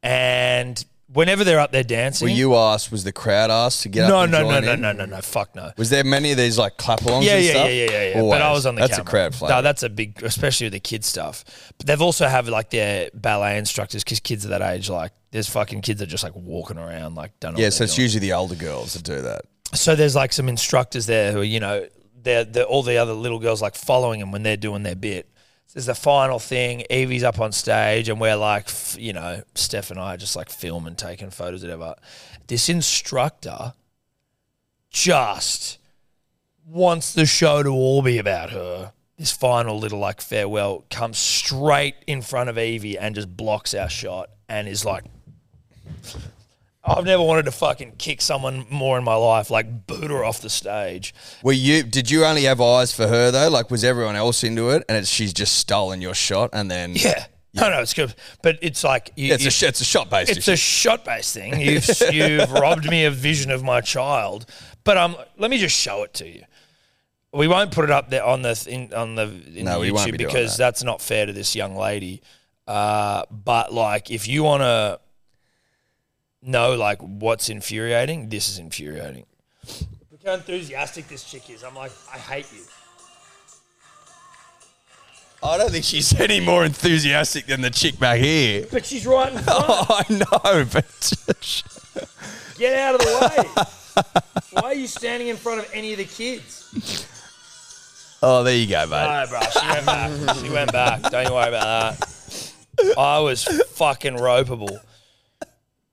B: And whenever they're up there dancing.
C: Were you asked? Was the crowd asked to get
B: no,
C: up?
B: no, no,
C: and join
B: no,
C: in?
B: no, no, no. Fuck no.
C: Was there many of these like clap alongs?
B: Yeah,
C: and
B: yeah,
C: stuff?
B: yeah, yeah, yeah, yeah.
C: Always.
B: But I was on the
C: That's
B: camera.
C: a crowd flag.
B: No, that's a big, especially with the kids stuff. But they've also have like their ballet instructors because kids at that age, like there's fucking kids that are just like walking around, like don't know.
C: yeah,
B: what
C: so
B: they're
C: it's
B: doing.
C: usually the older girls that do that.
B: So there's like some instructors there who are, you know, they're, they're all the other little girls like following them when they're doing their bit. There's the final thing. Evie's up on stage, and we're like, f- you know, Steph and I are just like filming, taking photos, whatever. This instructor just wants the show to all be about her. This final little like farewell comes straight in front of Evie and just blocks our shot and is like, I've never wanted to fucking kick someone more in my life, like boot her off the stage.
C: Were you? Did you only have eyes for her though? Like, was everyone else into it? And it's, she's just stolen your shot, and then
B: Yeah. No, no, it's good. But it's like, you,
C: Yeah, it's
B: you-
C: a sh- it's a shot based.
B: it's a shot based thing. You've, you've robbed me of vision of my child. But um, let me just show it to you. We won't put it up there on the thing, on the in
C: No,
B: the
C: we
B: YouTube
C: won't be doing
B: because
C: that.
B: that's not fair to this young lady. Uh, but like, if you want to know like what's infuriating, this is infuriating. Look how enthusiastic this chick is. I'm like, I hate you.
C: I don't think she's any more enthusiastic than the chick back here.
B: But she's right in front.
C: I know, but
B: Get out of the way. Why are you standing in front of any of the kids?
C: oh, there you go, mate.
B: No, bro. She went back. She went back. Don't you worry about that. I was fucking ropeable.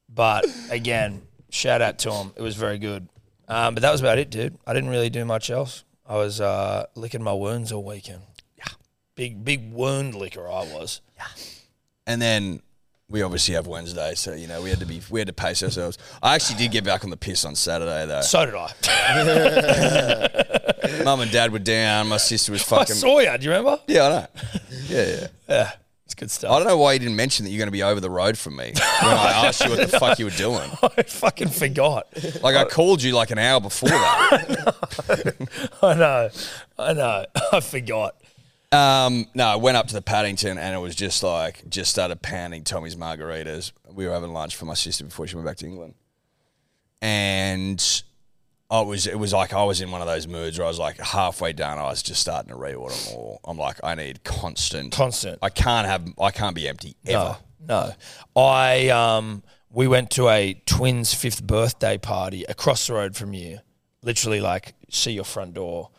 B: But again, shout out to him. It was very good. Um, but that was about it, dude. I didn't really do much else. I was uh, licking my wounds all weekend. Yeah. Big, big wound licker I was.
C: and then we obviously have Wednesday, so you know we had to be we had to pace ourselves. I actually did get back on the piss on Saturday though.
B: So did I.
C: Mum and Dad were down. My sister was
B: I
C: fucking.
B: saw you. Do you remember?
C: Yeah, I know. Yeah, yeah.
B: It's good
C: I
B: stuff.
C: don't know why you didn't mention that you're going to be over the road from me when I asked you what the fuck you were doing.
B: I, fucking forgot.
C: Like I called you like an hour before that.
B: I know. I know. I forgot.
C: Um, no, I went up to the Paddington and it was just like just started pounding Tommy's margaritas. We were having lunch for my sister before she went back to England, and I was it was like I was in one of those moods where I was like halfway down, I was just starting to reorder them all. I'm like, I need constant,
B: Constant.
C: I can't have, I can't be empty ever.
B: No, no. I um, we went to a twins' fifth birthday party across the road from you. Literally, like see your front door,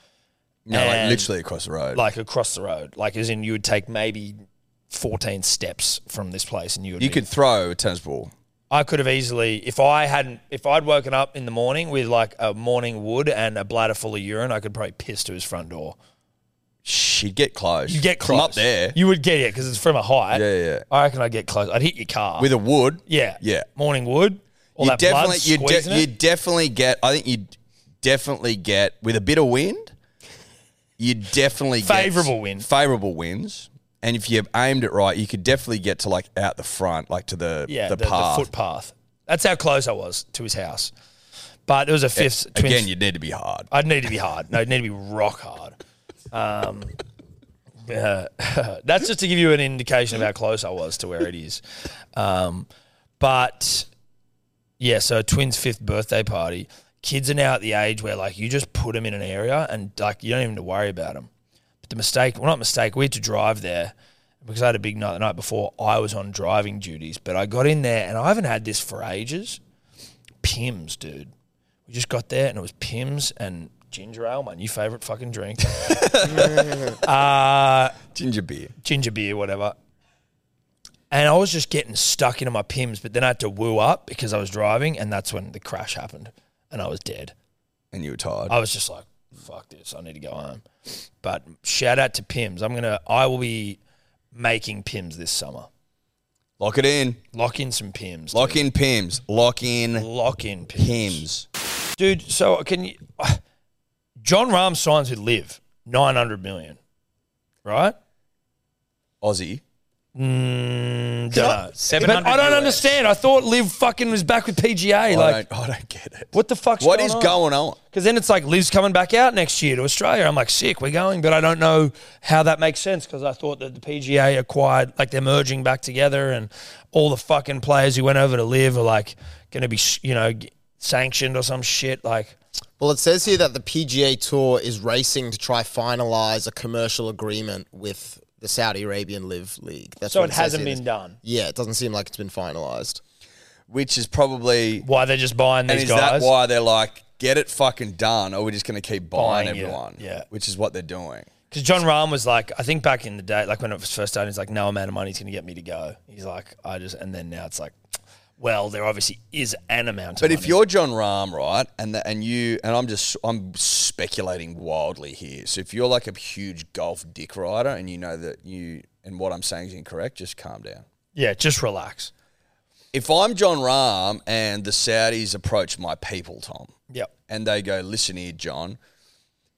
C: No, like
B: And-
C: literally across the road.
B: like across the road, like as in you would take maybe fourteen steps from this place, and you would
C: you
B: be-
C: could throw a tennis ball.
B: I could have easily, if I hadn't, if I'd woken up in the morning with like a morning wood and a bladder full of urine, I could probably piss to his front door.
C: She'd get close.
B: You get close
C: from up there
B: You would get it because it's from a height.
C: Yeah, yeah.
B: I reckon I'd get close. I'd hit your car
C: with a wood.
B: yeah,
C: yeah.
B: morning wood. All
C: you
B: that blood
C: definitely, you,
B: squeezing
C: de-
B: it.
C: you definitely get. I think you definitely get with a bit of wind. You definitely
B: Favourable
C: get
B: wind.
C: favorable winds, and if you aimed it right, you could definitely get to like out the front, like to the
B: yeah,
C: the,
B: the, the
C: path.
B: footpath. That's how close I was to his house. But it was a fifth twin. Uh,
C: Again, you need to be hard.
B: I'd need to be hard. No, I'd need to be rock hard. Um, uh, that's just to give you an indication of how close I was to where it is. Um, but yeah, so twins' fifth birthday party. Kids are now at the age where like you just put them in an area and like you don't even have to worry about them. But the mistake, well, not mistake, we had to drive there because I had a big night the night before. I was on driving duties, but I got in there and I haven't had this for ages. Pims, dude. We just got there and it was Pims and ginger ale, my new favorite fucking drink,
C: Ginger beer.
B: ginger beer, whatever. And I was just getting stuck into my Pims, but then I had to woo up because I was driving, and that's when the crash happened, and I was dead.
C: And you were tired.
B: I was just like, fuck this, I need to go home. But shout out to Pims. I'm gonna, I will be making Pims this summer.
C: Lock it in.
B: Lock in some Pims. dude.
C: Lock in Pims. Lock in
B: Lock in Pims.
C: Pims.
B: dude. So can you? John Rahm signs with Live nine hundred million, right?
C: Aussie.
B: Mm, don't know. But
D: 700
B: I don't
D: US.
B: understand. I thought Liv fucking was back with PGA.
C: I,
B: Like,
C: don't, I don't get it.
B: what the fuck's
C: What
B: going
C: is
B: on?
C: going on?
B: Because then it's like Liv's coming back out next year to Australia. I'm like, sick, we're going, but I don't know how that makes sense because I thought that the PGA acquired, like, they're merging back together and all the fucking players who went over to live are like going to be, sh- you know, g- sanctioned or some shit. Like,
E: Well, it says here that the PGA Tour is racing to try finalize a commercial agreement with the Saudi Arabian Live League. That's
F: So
E: what
F: it
E: says
F: hasn't
E: here.
F: been done.
E: Yeah, it doesn't seem like it's been finalized.
C: which is probably
B: why they're just buying
C: and
B: these
C: is
B: guys?
C: that why they're like get it fucking done or we're just going to keep buying,
B: Buying, yeah,
C: everyone
B: yeah.
C: which is what they're doing
B: Because John Rahm was like, I think back in the day, like when it was first started, he's like, no amount of money's going to get me to go. He's like, I just, and then now it's like, well, there obviously is an amount. Of
C: But if
B: money.
C: you're John Rahm, right, and the, and you and I'm just I'm speculating wildly here. So if you're like a huge golf dick rider and you know that you and what I'm saying is incorrect, just calm down.
B: yeah, just relax.
C: If I'm John Rahm and the Saudis approach my people, Tom,
B: Yep.
C: and they go, "Listen here, John,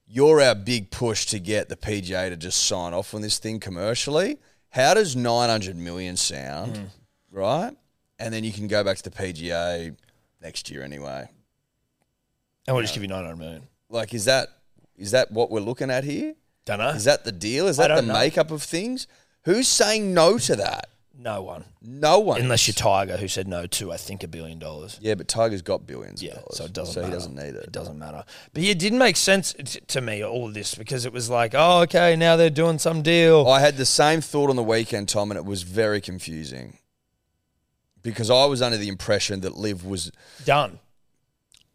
C: you're our big push to get the PGA to just sign off on this thing commercially. How does 900 million sound,
B: Hmm.
C: right? And then you can go back to the PGA next year anyway."
B: And we'll just give you 900 million.
C: like is that is that what we're looking at here?
B: Don't know.
C: Is that the deal? Is
B: Uh, I
C: that the
B: don't know.
C: makeup of things? Who's saying no to that?
B: no one.
C: No one.
B: Unless you're Tiger, who said no to, I think, a billion dollars.
C: yeah, but Tiger's got billions. of
B: Yeah,
C: dollars,
B: so it doesn't
C: So
B: matter.
C: he doesn't need
B: It
C: it.
B: doesn't matter. But yeah, it didn't make sense t- to me, all of this, because it was like, oh, okay, now they're doing some deal.
C: I had the same thought on the weekend, Tom, and it was very confusing because I was under the impression that Liv was.
B: Done.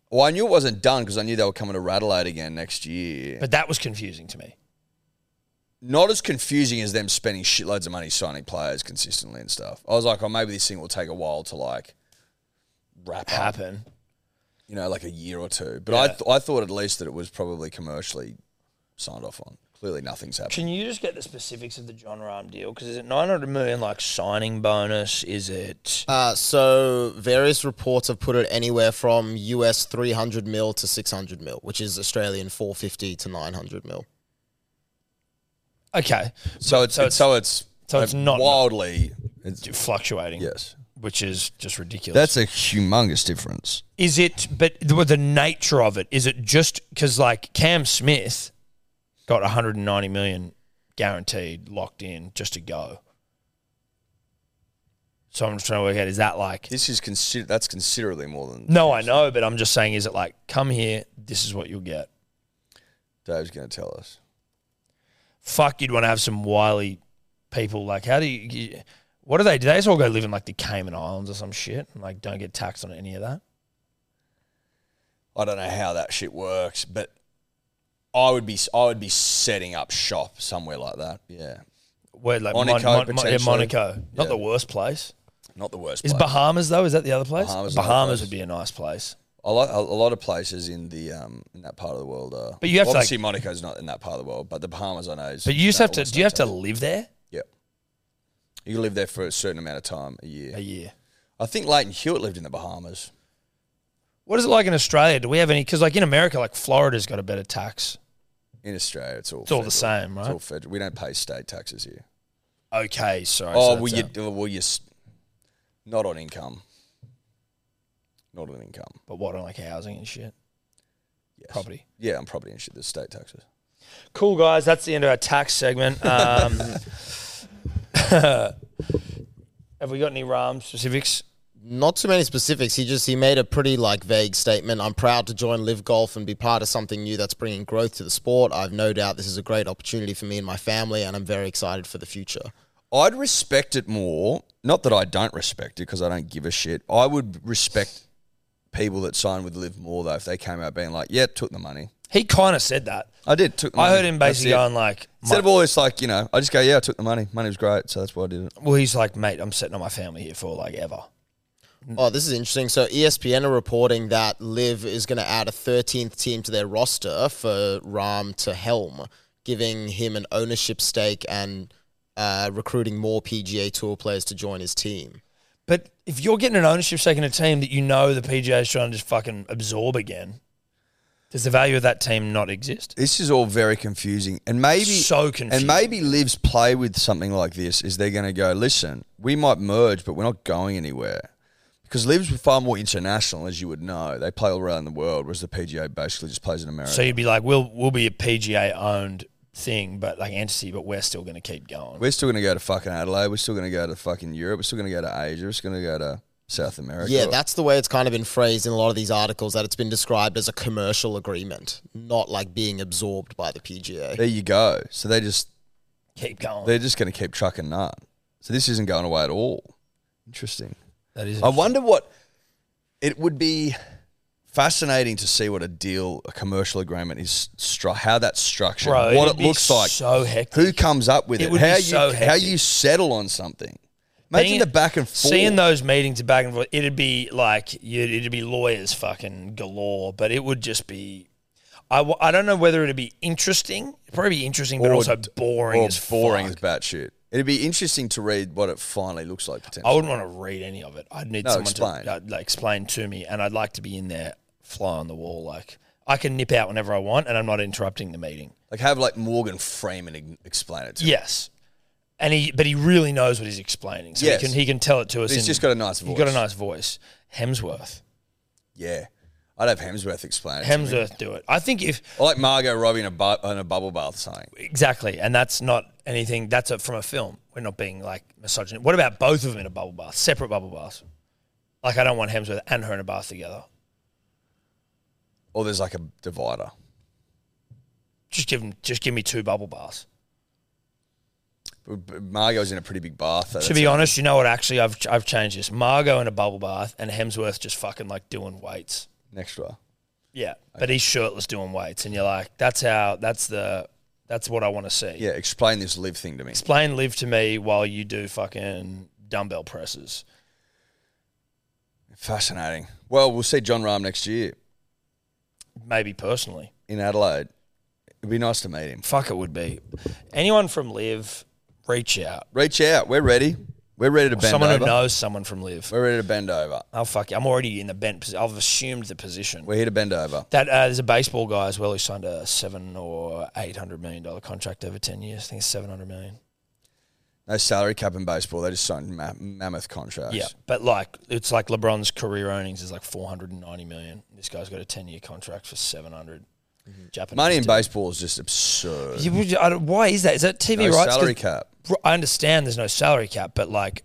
C: Well, I knew it wasn't done because I knew they were coming to Radelaide again next year.
B: But that was confusing to me.
C: not as confusing as them spending shitloads of money signing players consistently and stuff. I was like, oh, maybe this thing will take a while to like wrap up.
B: Happen.
C: you know, like a year or two. But I, th- I thought at least that it was probably commercially signed off on. Clearly, nothing's happened.
B: Can you just get the specifics of the John Rahm deal? Because is it 900 million like signing bonus? Is it.
E: Uh, so various reports have put it anywhere from US 300 mil to 600 mil, which is Australian 450 to 900 mil.
B: Okay.
C: So it's,
B: so
C: it's so it's
B: so it's
C: uh,
B: not-
C: wildly. It's,
B: Fluctuating.
C: yes,
B: Which is just ridiculous.
C: that's a humongous difference.
B: Is it, but the, the nature of it, is it just because like Cam Smith got 190 million guaranteed locked in just to go? So I'm just trying to work out is that like,
C: This is consider that's considerably more than
B: no, I know, but I'm just saying, is it like, come here, this is what you'll get?
C: Dave's going to tell us.
B: Fuck, you'd want to have some wily people. Like, how do you, you- what do they do? They just all go live in like the Cayman Islands or some shit and like don't get taxed on any of that.
C: I don't know how that shit works, but I would be I would be setting up shop somewhere like that. Yeah,
B: Where like Mon-
C: Monaco,
B: Mon- Mon- yeah,
C: potentially.
B: Monaco, not
C: Yeah.
B: the worst place.
C: not the worst.
B: Is
C: place.
B: Bahamas though? Is that the other place? Bahamas,
C: Bahamas is another place.
B: would be a nice place.
C: A lot, a, a lot of places in the um, in that part of the world are.
B: But you have to, like-
C: obviously Monaco's not in that part of the world, but the Bahamas I know. Is
B: But you just have to.
C: almost
B: Do you have to
C: untapped.
B: live there
C: Yep. You can live there for a certain amount of time a year.
B: a year?
C: I think Leighton Hewitt lived in the Bahamas.
B: What is it like in Australia? Do we have any? Because like in America, like Florida's got a better tax.
C: In Australia, it's all
B: It's all the
C: federal.
B: same,
C: It's
B: right?
C: all federal. We don't pay state taxes here.
B: Okay, sorry.
C: oh,
B: so
C: well,
B: that's
C: you
B: out.
C: well you s- not on income. Not on income.
B: But what on like housing and shit?
C: Yes.
B: Property.
C: Yeah, I'm property and shit. There's state taxes.
B: Cool guys, that's the end of our tax segment. Um, have we got any RAM specifics?
E: Not too many specifics. He just he made a pretty like vague statement. I'm proud to join Live Golf and be part of something new that's bringing growth to the sport. I've no doubt this is a great opportunity for me and my family, and I'm very excited for the future.
C: I'd respect it more. Not that I don't respect it because I don't give a shit. I would respect people that sign with Live more though if they came out being like, "Yeah, took the money."
B: He kind of said that.
C: I did. Took. The
B: I
C: money.
B: heard him
C: That's
B: basically
C: it.
B: going like,
C: Instead
B: "My-
C: of all this, like you know, I just go, "Yeah, I took the money. Money was great, so that's why I did it."
B: "Well, he's like, mate, I'm sitting on my family here for like ever."
E: Oh, this is interesting. So ESPN are reporting that Liv is going to add a 13th team to their roster for Ram to helm, giving him an ownership stake and uh, recruiting more PGA Tour players to join his team.
B: But if you're getting an ownership stake in a team that you know the PGA is trying to just fucking absorb again, does the value of that team not exist?
C: This is all very confusing, and maybe
B: So
C: And
B: confusing.
C: maybe Livs play with something like this. Is they're going to go, "Listen, we might merge, but we're not going anywhere." Because Livs were far more international, as you would know. They play all around the world, whereas the PGA basically just plays in America.
B: So you'd be like, we'll we'll be a PGA owned thing, but like entity, but we're still going to keep going.
C: We're still going to go to fucking Adelaide. We're still going to go to fucking Europe. We're still going to go to Asia. We're still going to go to South America.
E: Yeah, that's the way it's kind of been phrased in a lot of these articles that it's been described as a commercial agreement, not like being absorbed by the PGA.
C: there you go. So they just
B: keep going.
C: they're just going to keep trucking nut. So this isn't going away at all. Interesting.
B: that is
C: I wonder what it would be fascinating to see what a deal, a commercial agreement is, stru- how that's structured,
B: Bro,
C: what
B: it'd
C: it
B: be
C: looks like,
B: So hectic.
C: who comes up with
B: It
C: it,
B: would be
C: how you
B: so
C: how
B: hectic.
C: you settle on something. Imagine
B: Being-
C: the back and forth.
B: Seeing those meetings back and forth, it'd be like you'd, it'd be lawyers fucking galore. But it would just be, I, w- I don't know whether it'd be interesting. It'd probably be interesting, but
C: Or
B: also
C: d-
B: boring
C: or
B: as
C: boring
B: fuck.
C: as batshit. It'd be interesting to read what it finally looks like. Potentially,
B: I wouldn't want to read any of it. I'd need
C: No,
B: someone
C: explain.
B: to uh, like, explain to me, and I'd like to be in there, fly on the wall. Like I can nip out whenever I want, and I'm not interrupting the meeting.
C: like have like Morgan Freeman eg- explain it to. you.
B: Yes, and he, but he really knows what he's explaining, so
C: Yes.
B: he can he can tell it to us.
C: He's
B: in-
C: just got a nice voice.
B: He's got a nice voice. Hemsworth,
C: yeah. I'd have Hemsworth explain it. to me.
B: Hemsworth, do it. I think if
C: I like Margot Robbie in a, bu- in a bubble bath or something.
B: Exactly, and that's not anything. That's a, from a film. We're not being like misogynist. What about both of them in a bubble bath, separate bubble baths? Like I don't want Hemsworth and her in a bath together.
C: Or there's like a divider.
B: Just give them. Just give me two bubble baths.
C: But- but Margot's in a pretty big bath.
B: to be honest, you know what? Actually, I've I've changed this. Margot in a bubble bath and Hemsworth just fucking like doing weights.
C: next one.
B: Yeah, but he's shirtless doing weights, and you're like, that's how. That's the. That's what I want to see.
C: Yeah, explain this live thing to me.
B: Explain live to me while you do fucking dumbbell presses.
C: Fascinating. Well, we'll see John Rahm next year
B: Maybe personally.
C: in Adelaide. It'd be nice to meet him.
B: Fuck, it would be. Anyone from Live, reach out.
C: Reach out. We're ready. We're ready to bend
B: someone
C: over.
B: who knows someone from Live.
C: We're ready to bend over.
B: Oh fuck, I'm already in the bent. posi- I've assumed the position.
C: We're here to bend over.
B: That uh, there's a baseball guy as well who signed a seven or eight hundred million dollar contract over ten years. I think it's seven hundred million.
C: No salary cap in baseball. They just signed ma- mammoth contracts.
B: Yeah, but like it's like LeBron's career earnings is like four hundred and ninety million. This guy's got a ten year contract for seven hundred. Japanese
C: Mm-hmm. Money in
B: dude.
C: baseball is just absurd.
B: You would- I don't- why is that? Is that TV
C: No
B: rights? 'Cause
C: salary cap.
B: r- I understand there's no salary cap, but like,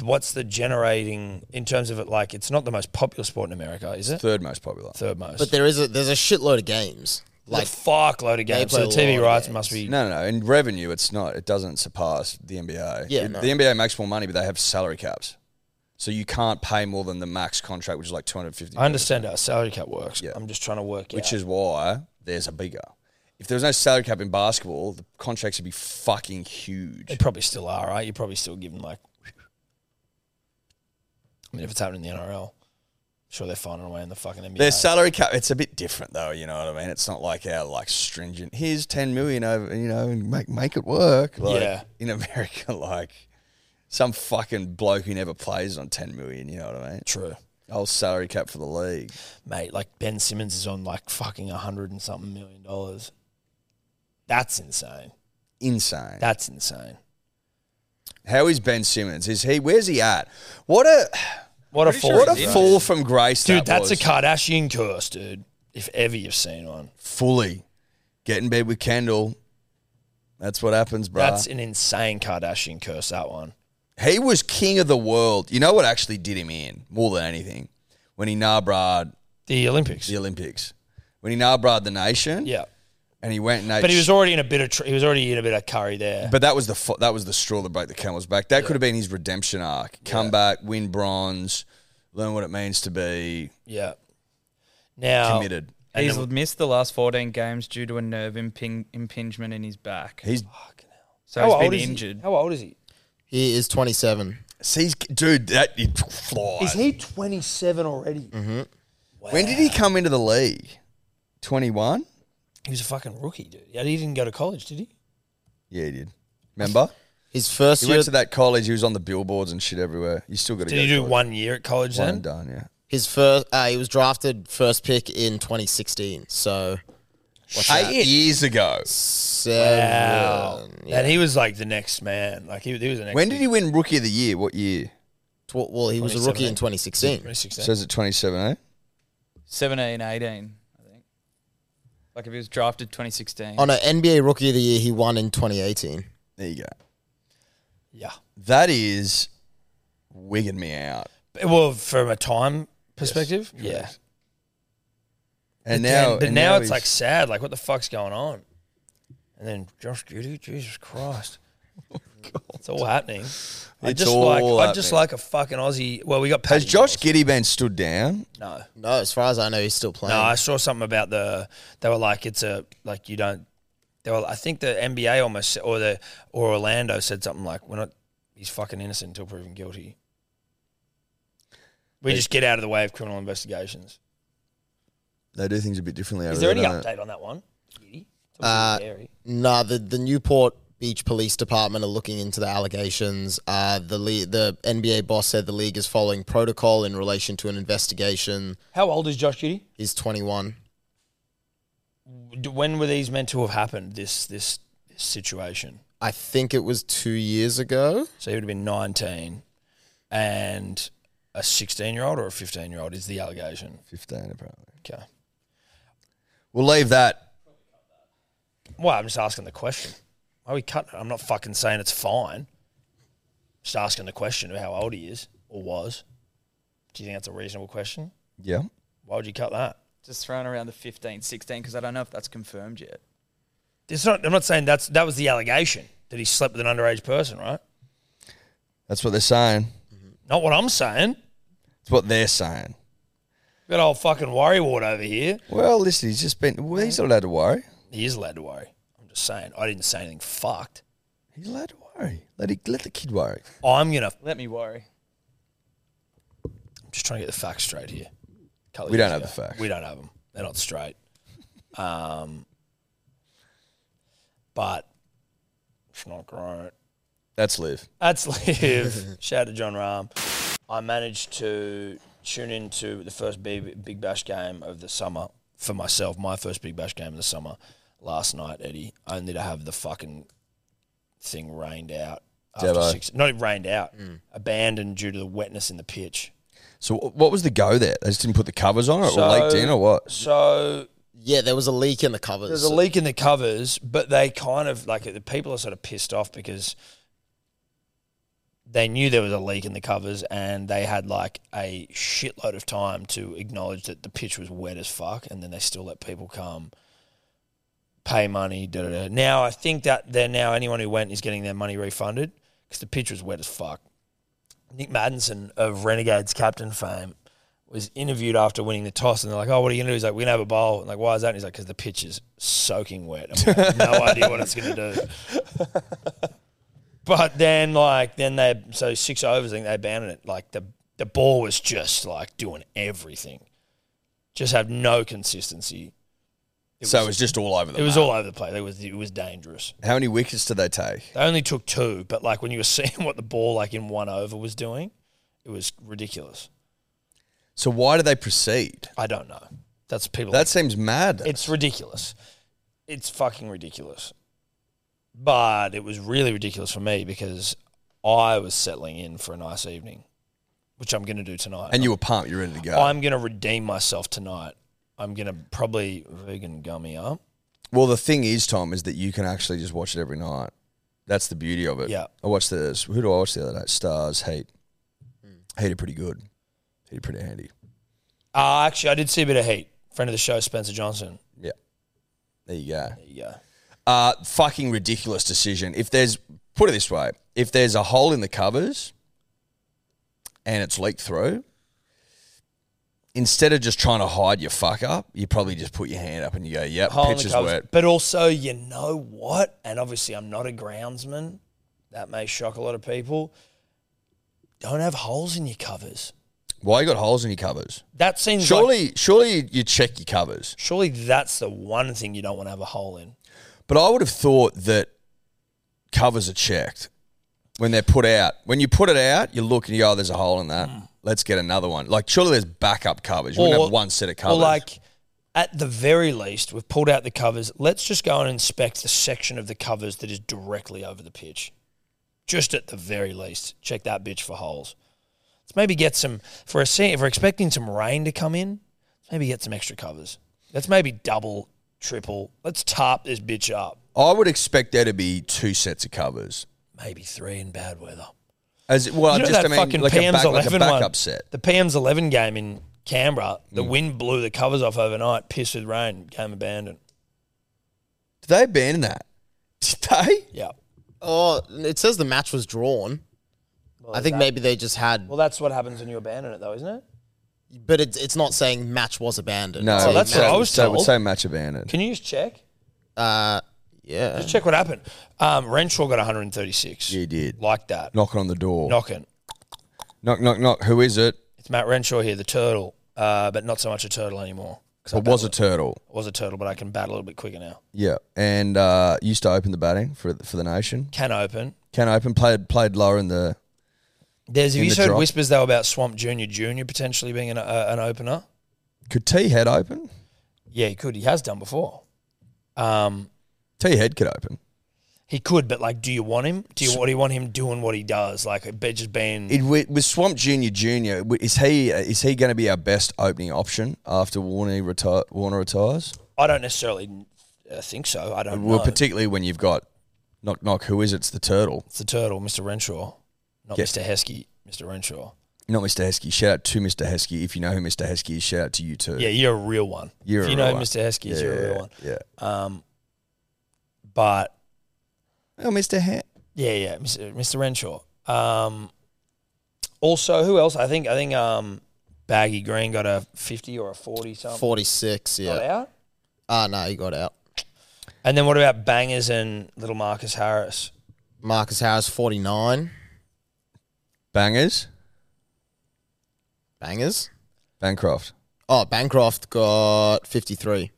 B: what's the generating in terms of it? Like, it's not the most popular sport in America, is it?
C: Third most popular.
B: Third most.
E: But there is a there's a shitload of games.
B: like
E: Like
B: fuck load of games.
E: play
B: So the
E: a
B: TV
E: lot of
B: rights
E: games.
B: must be.
C: No, no, no. In revenue, it's not. It doesn't surpass the NBA.
E: Yeah,
C: It-
E: no.
C: the NBA makes more money, but they have salary caps, so you can't pay more than the max contract, which is like two hundred fifty.
B: I understand how a salary cap works.
C: Yeah.
B: I'm just trying to work
C: Which
B: out.
C: is why there's a bigger. If there was no salary cap in basketball, the contracts would be fucking
B: They
C: huge.
B: probably still are, right? You're probably still giving like. I mean, if it's happening in the NRL, sure they're finding a way in the fucking NBA.
C: Their salary cap, it's a bit different though. You know what I mean? It's not like our like stringent. Here's ten million over, you know, and make make it work. Like,
B: Yeah.
C: In America, like some fucking bloke who never plays on ten million. You know what I mean?
B: True,
C: Old salary cap for the league.
B: mate. Like Ben Simmons is on like fucking a hundred and something million dollars. That's insane.
C: Insane.
B: That's insane.
C: How is Ben Simmons? Is he? Where's he at? What a
B: What a
D: Pretty sure
B: fall.
C: what a
D: he's in.
C: fall from grace,
B: Dude,
C: that
B: that's
C: was.
B: a Kardashian curse, dude. If ever you've seen one.
C: fully get in bed with Kendall. That's what happens, bro.
B: That's an insane Kardashian curse, that one.
C: he was king of the world. You know what actually did him in more than anything when he nabrad
B: The Olympics.
C: the Olympics, when he nabrad the nation,
B: yeah.
C: and he went. And ate
B: But he was
C: sh-
B: already in a bit of tr- he was already in a bit of curry there.
C: But that was the fu- that was the straw that broke the camel's back. That could have been his redemption arc. Come back, win bronze, learn what it means to be
B: yeah. Now
C: committed.
B: And
D: He's
B: then-
D: missed the last 14 games due to a nerve imping- impingement in his back.
C: He's
D: So he's been injured.
B: Is he? How old is he?
E: he is 27.
C: see, he's- dude. That he flies.
B: Is he twenty seven already?
C: Mm-hmm. When did he come into the league? 21?
B: He was a fucking rookie, dude. Yeah, he didn't go to college, did he?
C: Yeah, he did. Remember?
E: His first
C: He
E: year
C: went to that college. He was on the billboards and shit everywhere. You still got to
B: Did
C: go.
B: he do
C: to it.
B: one year at college
C: One
B: then?
C: and done, yeah.
E: his first uh, he was drafted first pick in 2016. So
C: Eight years ago.
E: seven, yeah.
B: And he was like the next man. Like he, he was the next
C: When did he win Rookie of the Year? What year?
E: Tw- well, he was a rookie in 2016.
B: twenty sixteen?
C: Says it 2017.
D: 17, 18, I think. Like if he was drafted 2016.
E: On an NBA Rookie of the Year, he won in 2018.
C: There you go.
B: Yeah.
C: That is wigging me out.
B: Well, from a time perspective, yeah. Damn,
C: And now,
B: but
C: and
B: now, it's
C: he's-
B: like sad. Like, what the fuck's going on? And then Josh Giddy, Jesus Christ, it's all happening. I
C: It's
B: just like
C: all
B: I just
C: happening.
B: like a fucking Aussie. Well, we got Patty
C: has Josh
B: Mills.
C: Giddy been stood down?
B: No,
E: No, as far as I know, he's still playing.
B: no. I saw something about the. They were like, it's a like you don't. They were. I think the NBA almost said- or the or Orlando said something like, we're not. He's fucking innocent until proven guilty. We just get out of the way of criminal investigations.
C: They do things a bit differently.
B: Is
C: over
B: there any
C: don't they?
B: update on that one? Giddy? It's
E: Uh,
B: obviously scary.
E: Nah, the the Newport Beach Police Department are looking into the allegations. Uh, the le- the NBA boss said the league is following protocol in relation to an investigation.
B: How old is Josh Giddy?
E: He's 21.
B: D- when were these meant to have happened? This this situation.
E: I think it was two years ago.
B: So he would have been nineteen, and a sixteen-year-old or a fifteen-year-old is the allegation.
C: 15, apparently.
B: Okay.
C: We'll leave that.
B: Well, I'm just asking the question. Why we cut? I'm not fucking saying it's fine. Just asking the question of how old he is or was. Do you think that's a reasonable question?
C: Yeah.
B: Why would you cut that?
D: Just throwing around the 15, 16 because I don't know if that's confirmed yet.
B: It's not. I'm not saying that's that was the allegation that he slept with an underage person, right?
C: That's what they're saying.
B: Not what I'm saying.
C: That's what they're saying.
B: Got old fucking worry ward over here.
C: Well, listen, he's just been. Well, he's not allowed to worry.
B: He is allowed to worry. I'm just saying. I didn't say anything fucked.
C: He's allowed to worry. Let, he, let the kid worry.
B: I'm gonna.
D: Let me worry.
B: I'm just trying to get the facts straight here. Couple of
C: We don't
B: years
C: have the facts.
B: We don't have them. They're not straight. Um, but it's not great.
C: That's live.
B: That's live. Shout out to John Rahm. I managed to tune into the first big, big Bash game of the summer for myself, my first Big Bash game of the summer last night, Eddie, only to have the fucking thing rained out. After
C: Devo.
B: six, not rained out, abandoned due to the wetness in the pitch.
C: So, wh- what was the go there? They just didn't put the covers on it
B: So-
C: or leaked in or what?
B: So
E: Yeah, there was a leak in the covers.
B: There's a leak in the covers, but they kind of like the people are sort of pissed off because they knew there was a leak in the covers and they had like a shitload of time to acknowledge that the pitch was wet as fuck and then they still let people come pay money da, da, da. now i think that they're now anyone who went is getting their money refunded because the pitch was wet as fuck nick madison of renegades captain fame was interviewed after winning the toss, and they're like, "Oh, what are you gonna do?" He's like, "We're gonna have a bowl." And like, why is that? And he's like, "Because the pitch is soaking wet. And we have no idea what it's gonna do." but then, like, then they so six overs, I think they banned it. Like the the ball was just like doing everything, just have no consistency.
C: so it was just all over the
B: It was
C: map.
B: all over the place. It was it was dangerous.
C: How many wickets did they take?
B: They only took two, but like when you were seeing what the ball like in one over was doing, it was ridiculous.
C: So, why did they proceed?
B: I don't know. That's people.
C: That seems mad.
B: It's ridiculous. It's fucking ridiculous. But it was really ridiculous for me because I was settling in for a nice evening, which I'm going to do tonight.
C: and you were pumped. You're ready to go.
B: I'm going to redeem myself tonight. I'm going to probably vegan gummy up.
C: Well, the thing is, Tom, is that you can actually just watch it every night. That's the beauty of it.
B: Yeah.
C: I watched this. Who do I watch the other night? Stars, Heat.
B: Hmm.
C: Heat are pretty good. Heat are pretty handy.
B: Uh, actually, I did see a bit of heat. Friend of the show, Spencer Johnson.
C: Yeah. There you go.
B: There you go.
C: Uh, fucking ridiculous decision. If there's, put it this way, if there's a hole in the covers and it's leaked through, instead of just trying to hide your fuck up, you probably just put your hand up and you go, yep,
B: Hole in
C: pitch
B: the
C: is
B: covers.
C: wet.
B: But also, you know what? And obviously, I'm not a groundsman. That may shock a lot of people. Don't have holes in your covers.
C: Why you got holes in your covers?
B: That seems like-
C: Surely, surely you check your covers.
B: Surely that's the one thing you don't want to have a hole in.
C: But I would have thought that covers are checked when they're put out. When you put it out, you look and you go, oh, there's a hole in that. Let's get another one. Like, surely there's backup covers. You wouldn't have one set of covers.
B: Or like, at the very least, we've pulled out the covers. Let's just go and inspect the section of the covers that is directly over the pitch. Just at the very least, check that bitch for holes. Let's maybe get some for a se- if we're expecting some rain to come in. Let's maybe get some extra covers. Let's maybe double triple. Let's tarp this bitch up.
C: I would expect there to be two sets of covers.
B: Maybe three in bad weather.
C: As well,
B: you know
C: just
B: that
C: I mean,
B: fucking
C: like a,
B: PM's
C: back, like a
B: eleven
C: backup
B: one.
C: set. Mm.
B: The PM's eleven game in Canberra, the wind blew the covers off overnight. Pissed with rain, game abandoned.
C: Did they abandon that? Did they?
B: Yeah.
E: Oh, it says the match was drawn. I think maybe they just had,
B: Well, that's what happens when you abandon it, though, isn't it?
E: but it's it's not saying match was abandoned.
C: No,
E: It's
B: Oh,
E: saying
B: that's
E: match-
B: what I
C: so,
B: was
C: so,
B: told.
C: so match abandoned.
B: Can you just check?
E: Uh, yeah.
B: Just check what happened. Um, Renshaw got 136.
C: He did.
B: Like that.
C: Knocking on the door.
B: Knocking.
C: Knock, knock, knock. Who is it?
B: It's Matt Renshaw here, the turtle, uh, but not so much a turtle anymore. 'Cause I
C: It was a
B: battle
C: turtle.
B: it. was a turtle, but I can bat a little bit quicker now.
C: Yeah, and uh, used to open the batting for for the nation.
B: Can open.
C: Can open played played lower in the.
B: There's, have
C: In
B: you
C: the
B: heard
C: drop.
B: whispers, though, about Swamp Junior Junior potentially being an, uh, an opener?
C: Could T head open?
B: Yeah, he could. He has done before. Um,
C: T head could open.
B: he could, but like, do you want him? Do you, what do you want him doing? What he does, like, be- just being
C: It, with with Swamp Junior Junior, w- is he is he going to be our best opening option after Warner retire, Warner retires?
B: I don't necessarily uh, think so. I don't
C: Well,
B: know.
C: particularly when you've got knock knock. Who is it? It's the turtle,
B: it's the turtle, Mr. Renshaw, not
C: Yeah.
B: Mr. Heskey, Mr. Renshaw.
C: not Mr. Heskey. Shout out to Mr. Heskey if you know who Mr. Heskey is. Shout out to you too.
B: Yeah, you're a real one.
C: You're
B: if
C: a
B: you know
C: real one.
B: Mr. Heskey, is you're a real one.
C: Yeah.
B: Um, but
C: Oh, Mr. He-
B: yeah, yeah, Mr. Mr. Renshaw. Um, also, who else? I think I think um, Baggy Green got a fifty or a forty something
E: 46,
B: got
E: yeah.
B: out.
E: Ah, no, he got out.
B: And then what about Bangers and little Marcus Harris?
E: Marcus Harris, 49.
C: Bangers,
E: Bangers.
C: Bancroft.
E: Oh, Bancroft got 53.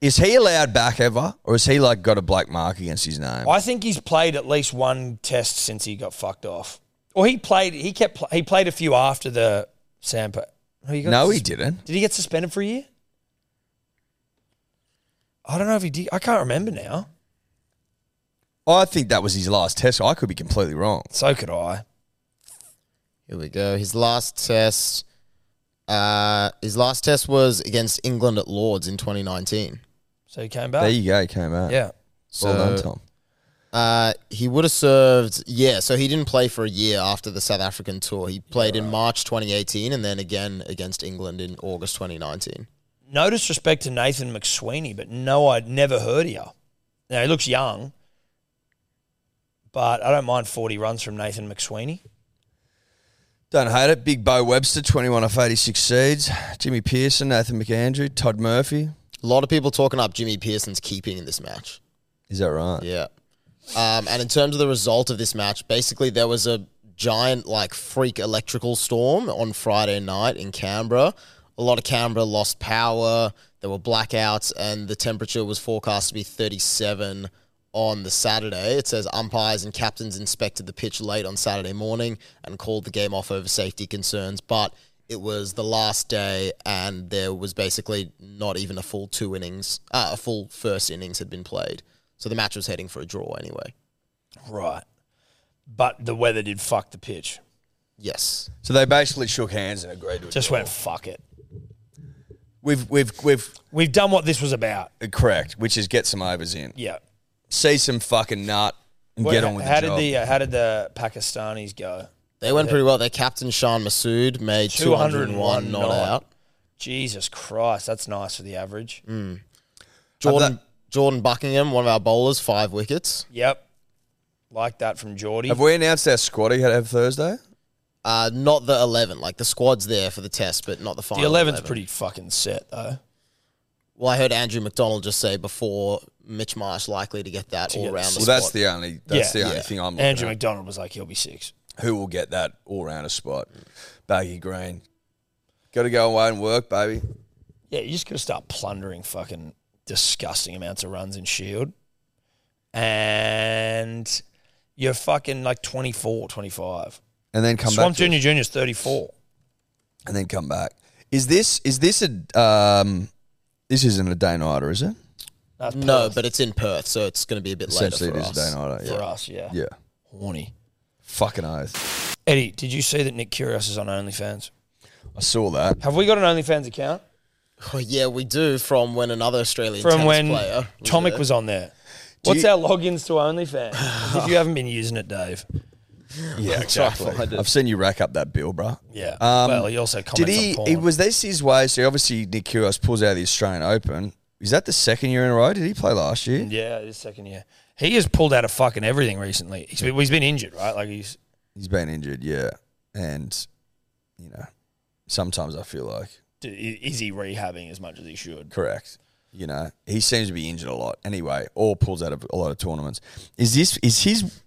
C: Is he allowed back ever, or has he like got a black mark against his name?
B: I think he's played at least one test since he got fucked off. Or he played. He kept. Pl- he played a few after the Sampa. Oh, got
C: no,
B: sus-
C: he didn't.
B: Did he get suspended for a year? I don't know if he did. I can't remember now.
C: I think that was his last test. I could be completely wrong.
B: So could I.
E: Here we go. His last test. Uh, his last test was against England at Lords in 2019.
B: So he came back.
C: there you go, came out.
B: Ah. yeah.
C: well done,
E: So
C: Tom.
E: uh, he would have served, yeah. So he didn't play for a year after the South African tour. He played in March 2018 and then again against England in August 2019.
B: No disrespect to Nathan McSweeney, but no, I'd never heard of you. Now he looks young, but I don't mind forty runs from Nathan McSweeney.
C: Don't hate it. Big Bo Webster, 21 off 86 seeds. Jimmy Pearson, Nathan McAndrew, Todd Murphy.
E: A lot of people talking up Jimmy Pearson's keeping in this match.
C: Is that right?
E: Yeah. Um, and in terms of the result of this match, basically there was a giant like freak electrical storm on Friday night in Canberra. A lot of Canberra lost power. There were blackouts, and the temperature was forecast to be 37 on the Saturday. It says umpires and captains inspected the pitch late on Saturday morning and called the game off over safety concerns, but it was the last day, and there was basically not even a full two innings, uh, a full first innings had been played. So the match was heading for a draw anyway.
B: Right. But the weather did fuck the pitch.
E: Yes.
C: So they basically shook hands and agreed to it.
B: Just went fuck it.
C: We've, we've, we've,
B: We've done what this was about.
C: uh, correct, which is get some overs in.
B: Yeah.
C: See some fucking nut and
B: Well,
C: get on with
B: how
C: the
B: did
C: job.
B: the uh, how did the Pakistanis go?
E: They went pretty well. Their captain, Sean Masood, made 201,
B: 201
E: not,
B: not.
E: out.
B: Jesus Christ, that's nice for the average.
E: Jordan, Jordan Buckingham, one of our bowlers, five wickets.
B: Yep. Like that from Geordie.
C: Have we announced our squad he had to have Thursday?
E: Uh, not the 11. Like the squad's there for the test, but not the
B: The
E: final.
B: 11's
E: 11.
B: pretty fucking set, though.
E: Well, I heard Andrew McDonald just say before Mitch Marsh likely to get that all round
C: Well,
E: the
C: that's
E: squad.
C: the only that's
B: Yeah.
C: the only
B: Yeah.
C: thing I'm looking
B: Andrew
C: at.
B: McDonald was like, he'll be six.
C: Who will get that all rounder spot? Baggy Green. Got to go away and work, baby.
B: Yeah, you just got to start plundering fucking disgusting amounts of runs in Shield. And you're fucking like 24, 25.
C: And then come
B: Swamp
C: back. to us.
B: Junior Junior's 34.
C: and then come back. Is this is this a um, this isn't a day nighter, is it?
B: That's
E: No,
B: Perth
E: but it's in Perth, so it's going to be a bit
C: Essentially,
E: later
C: it
E: for
C: is
E: us.
C: a day nighter.
B: for
C: Yeah.
B: us, yeah.
C: yeah,
B: Horny.
C: fucking oath.
B: Eddie, did you see that Nick Curios is on OnlyFans?
C: I saw that.
B: Have we got an OnlyFans account?
E: Oh, yeah, we do from when another Australian
B: from
E: tennis
B: when
E: player
B: Tomic
E: there.
B: was on there. What's
C: you-
B: our logins to OnlyFans? if you haven't been using it, Dave.
C: Yeah, exactly. I've seen you rack up that bill, bruh.
B: Yeah.
C: Um,
B: well, he also comments
C: Did he?
B: on porn.
C: It was this his way? So obviously Nick Kyrgios pulls out of the Australian Open. Is that the second year in a row? Did he play last year?
B: yeah, his second year. He has pulled out of fucking everything recently. He's been, he's been injured, right? Like he's
C: He's been injured, yeah, and you know, sometimes I feel like
B: d- is he rehabbing as much as he should?
C: correct. You know, he seems to be injured a lot anyway, or pulls out of a lot of tournaments. Is this is his?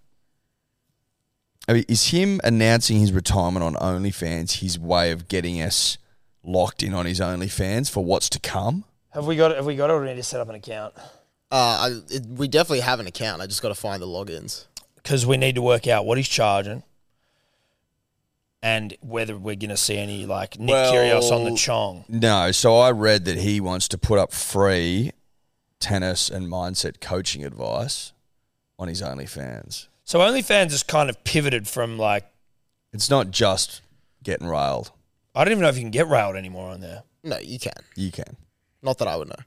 C: I mean, is him announcing his retirement on OnlyFans his way of getting us locked in on his OnlyFans for what's to come?
B: Have we got? Have we got? Or do we need to set up an account?
E: Uh, I, it, we definitely have an account. I just got to find the logins.
B: because we need to work out what he's charging and whether we're going to see any like Nick
C: Well-
B: Kyrgios on the Chong.
C: No, so I read that he wants to put up free tennis and mindset coaching advice on his OnlyFans.
B: So OnlyFans has kind of pivoted from like
C: It's not just getting railed.
B: I don't even know if you can get railed anymore on there.
E: No, you can.
C: You can.
E: Not that I would know.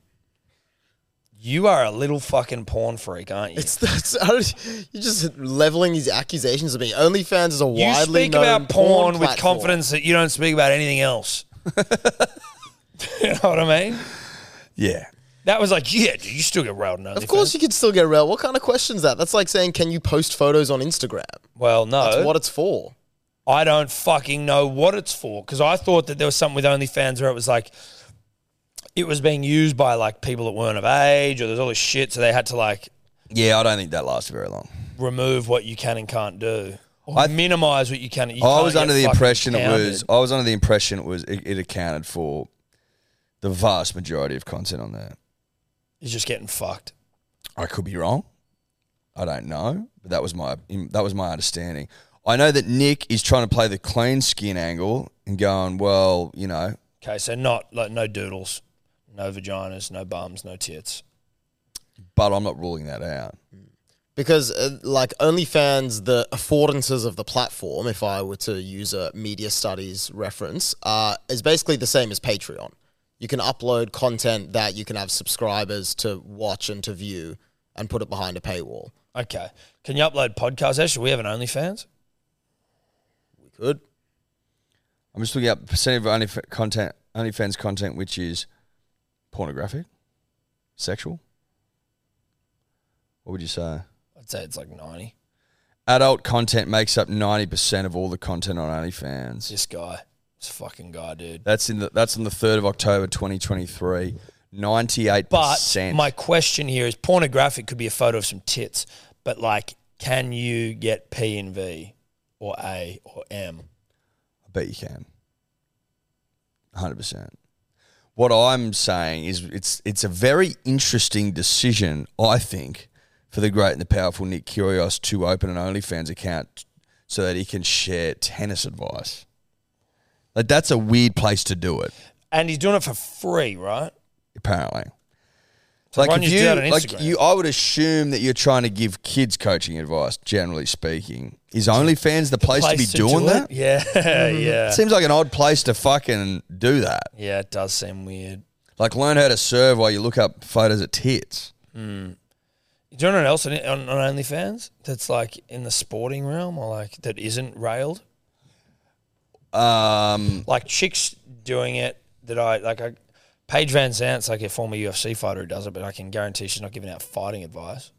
B: You are a little fucking porn freak, aren't you?
E: It's that's I don't- you're just leveling these accusations at me. OnlyFans is a
B: you
E: widely
B: speak
E: known
B: about porn, with
E: platform.
B: confidence that you don't speak about anything else. you know what I mean?
C: Yeah.
B: That was like, yeah, dude, you still get railed on OnlyFans.
E: Of course, you could still get rail. What kind of question is that? That's like saying, can you post photos on Instagram?
B: Well, no.
E: That's what it's for.
B: I don't fucking know what it's for because I thought that there was something with OnlyFans where it was like it was being used by like people that weren't of age or there's all this shit, so they had to like
C: Yeah, I don't think that lasted very long.
B: remove what you can and can't do or minimize what you can. You
C: I
B: can't
C: was
B: get
C: under the
B: fucking
C: impression it
B: pounded.
C: was I was under the impression it was it, it accounted for the vast majority of content on there.
B: it's just getting fucked.
C: I could be wrong. I don't know, but that was my that was my understanding. I know that Nick is trying to play the clean skin angle and going, well, you know,
B: Okay, so not like no doodles, no vaginas, no bums, no tits.
C: but I'm not ruling that out.
E: Because, uh, like, OnlyFans, the affordances of the platform, if I were to use a media studies reference, uh, is basically the same as Patreon. You can upload content that you can have subscribers to watch and to view and put it behind a paywall.
B: Okay, can you upload podcasts? Actually, we have an OnlyFans.
E: We could.
C: I'm just looking up percentage of only content, OnlyFans content, which is pornographic, sexual. What would you say?
B: I'd say it's like ninety.
C: Adult content makes up ninety percent of all the content on OnlyFans.
B: This guy, this fucking guy, dude.
C: That's in the that's on the third of October, 2023. Ninety-eight
B: But
C: percent.
B: my question here is pornographic could be a photo of some tits, but like, can you get P and V or A or M?
C: I bet you can. Hundred percent. What I'm saying is, it's it's a very interesting decision, I think, for the great and the powerful Nick Kyrgios to open an OnlyFans account so that he can share tennis advice. Like that's a weird place to do it,
B: And he's doing it for free, right?
C: apparently.
B: So why don't you do that on
C: like
B: Instagram?
C: you, I would assume that you're trying to give kids coaching advice. Generally speaking, is OnlyFans the place, to be
B: Place
C: doing
B: do it?
C: that?
B: Yeah, yeah,
C: Seems like an odd place to fucking do that.
B: yeah. It does seem weird.
C: Like learn how to serve while you look up photos of tits.
B: Do you know anyone else on, on, on OnlyFans that's like in the sporting realm or like that isn't railed?
C: Um,
B: Like chicks doing it that I like. I, Paige Van Zant's like a former UFC fighter who does it, but I can guarantee she's not giving out fighting advice.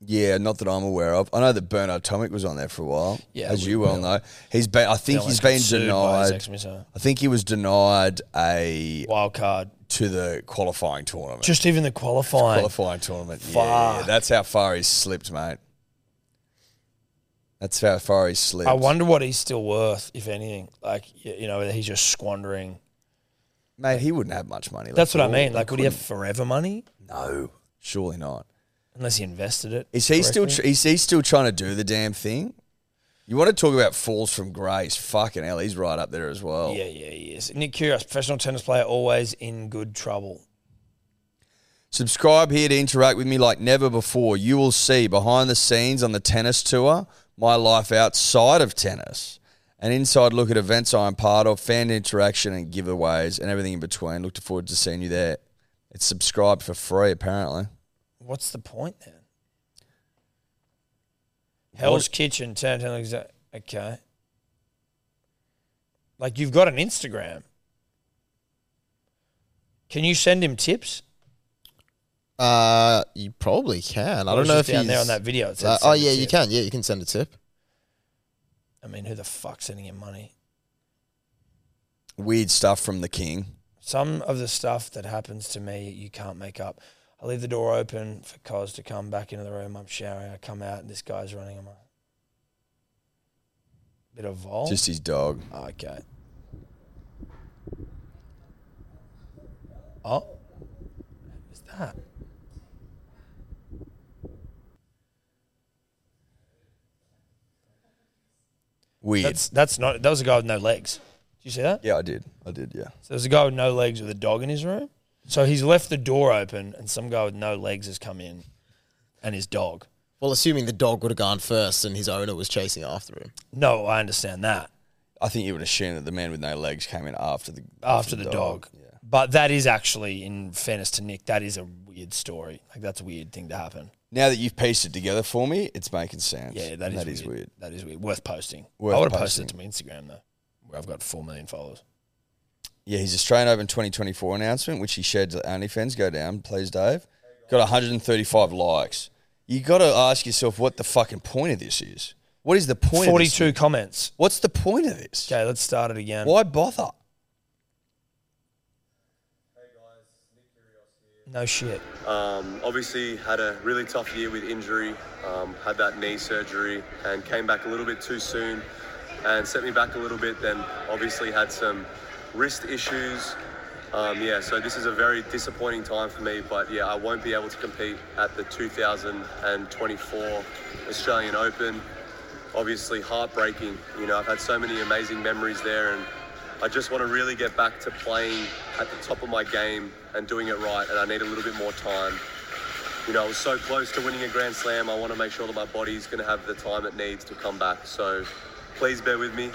C: yeah, not that I'm aware of. I know that Bernard Tomic was on there for a while,
B: Yeah,
C: as
B: we-
C: you well know. He's been, I think
B: Dylan's
C: he's been
B: sued by his
C: denied.
B: ex-missile.
C: I think he was denied a
B: Wild card.
C: to the qualifying tournament.
B: Just even the qualifying.
C: qualifying tournament. Yeah, yeah, yeah.
B: Fuck.
C: that's how far he's slipped, mate. That's how far he's slipped.
B: I wonder what he's still worth, if anything. Like, y- you know, whether he's just squandering.
C: mate. He wouldn't have much money. left
B: That's what
C: at
B: I
C: all.
B: mean. Like, would he have forever money
C: No, surely not.
B: unless he invested it?
C: Is he still?
B: correctly?
C: Tr- is he still trying to do the damn thing? You want to talk about falls from grace? Fucking hell, he's right up there as well.
B: yeah, yeah, he is. Nick Kyrgios, professional tennis player, always in good trouble.
C: Subscribe here to interact with me like never before. You will see behind the scenes on the tennis tour, my life outside of tennis, An inside look at events I am part of, fan interaction and giveaways and everything in between. Look forward to seeing you there. It's subscribed for free, apparently.
B: What's the point then? Hell's Kitchen turned to exa- okay. Like you've got an Instagram. Can you send him tips?
E: Uh, you probably can. I
B: Or
E: don't
B: is
E: know
B: it
E: if
B: down
E: he's,
B: there on that video. It said
E: Uh, oh
B: send a
E: yeah, you
B: tip.
E: can. Yeah, you can send a tip.
B: I mean, who the fuck's sending him money?
C: Weird stuff from the king.
B: Some of the stuff that happens to me, you can't make up. I leave the door open for Cos to come back into the room. I'm showering. I come out, and this guy's running. I'm like, bit of vol.
C: Just his dog.
B: okay. Oh, who's that?
C: Weird.
B: That's that's not. That was a guy with no legs. Did you see that?
C: yeah, I did. I did, yeah.
B: So there's a guy with no legs with a dog in his room. So he's left the door open, and some guy with no legs has come in, and his dog.
E: Well, assuming the dog would have gone first and his owner was chasing after him.
B: No, I understand that.
C: I think you would assume that the man with no legs came in after the
B: after the dog.
C: Yeah.
B: But that is actually, in fairness to Nick, that is a weird story. Like that's a weird thing to happen.
C: Now that you've pieced it together for me, it's making sense.
B: Yeah, that is,
C: that
B: weird.
C: is weird.
B: That is weird. Worth posting.
C: Worth
B: I would have posted it to
C: posting.
B: my Instagram though, where I've got four million followers.
C: Yeah, his Australian Open 2024 announcement, which he shared to OnlyFans, go down, please, Dave. Got 135 likes. You got to ask yourself what the fucking point of this is. What is the point? Of this?
B: Forty-two comments.
C: What's the point of this?
B: Okay, let's start it again.
C: Why bother?
B: No shit.
F: Um, obviously, had a really tough year with injury, um, had that knee surgery, and came back a little bit too soon and set me back a little bit. Then, obviously, had some wrist issues. Um, yeah, so this is a very disappointing time for me, but yeah, I won't be able to compete at the 2024 Australian Open. Obviously, heartbreaking. You know, I've had so many amazing memories there, and I just want to really get back to playing at the top of my game and doing it right, and I need a little bit more time. You know, I was so close to winning a Grand Slam. I want to make sure that my body's going to have the time it needs to come back. So please bear with me.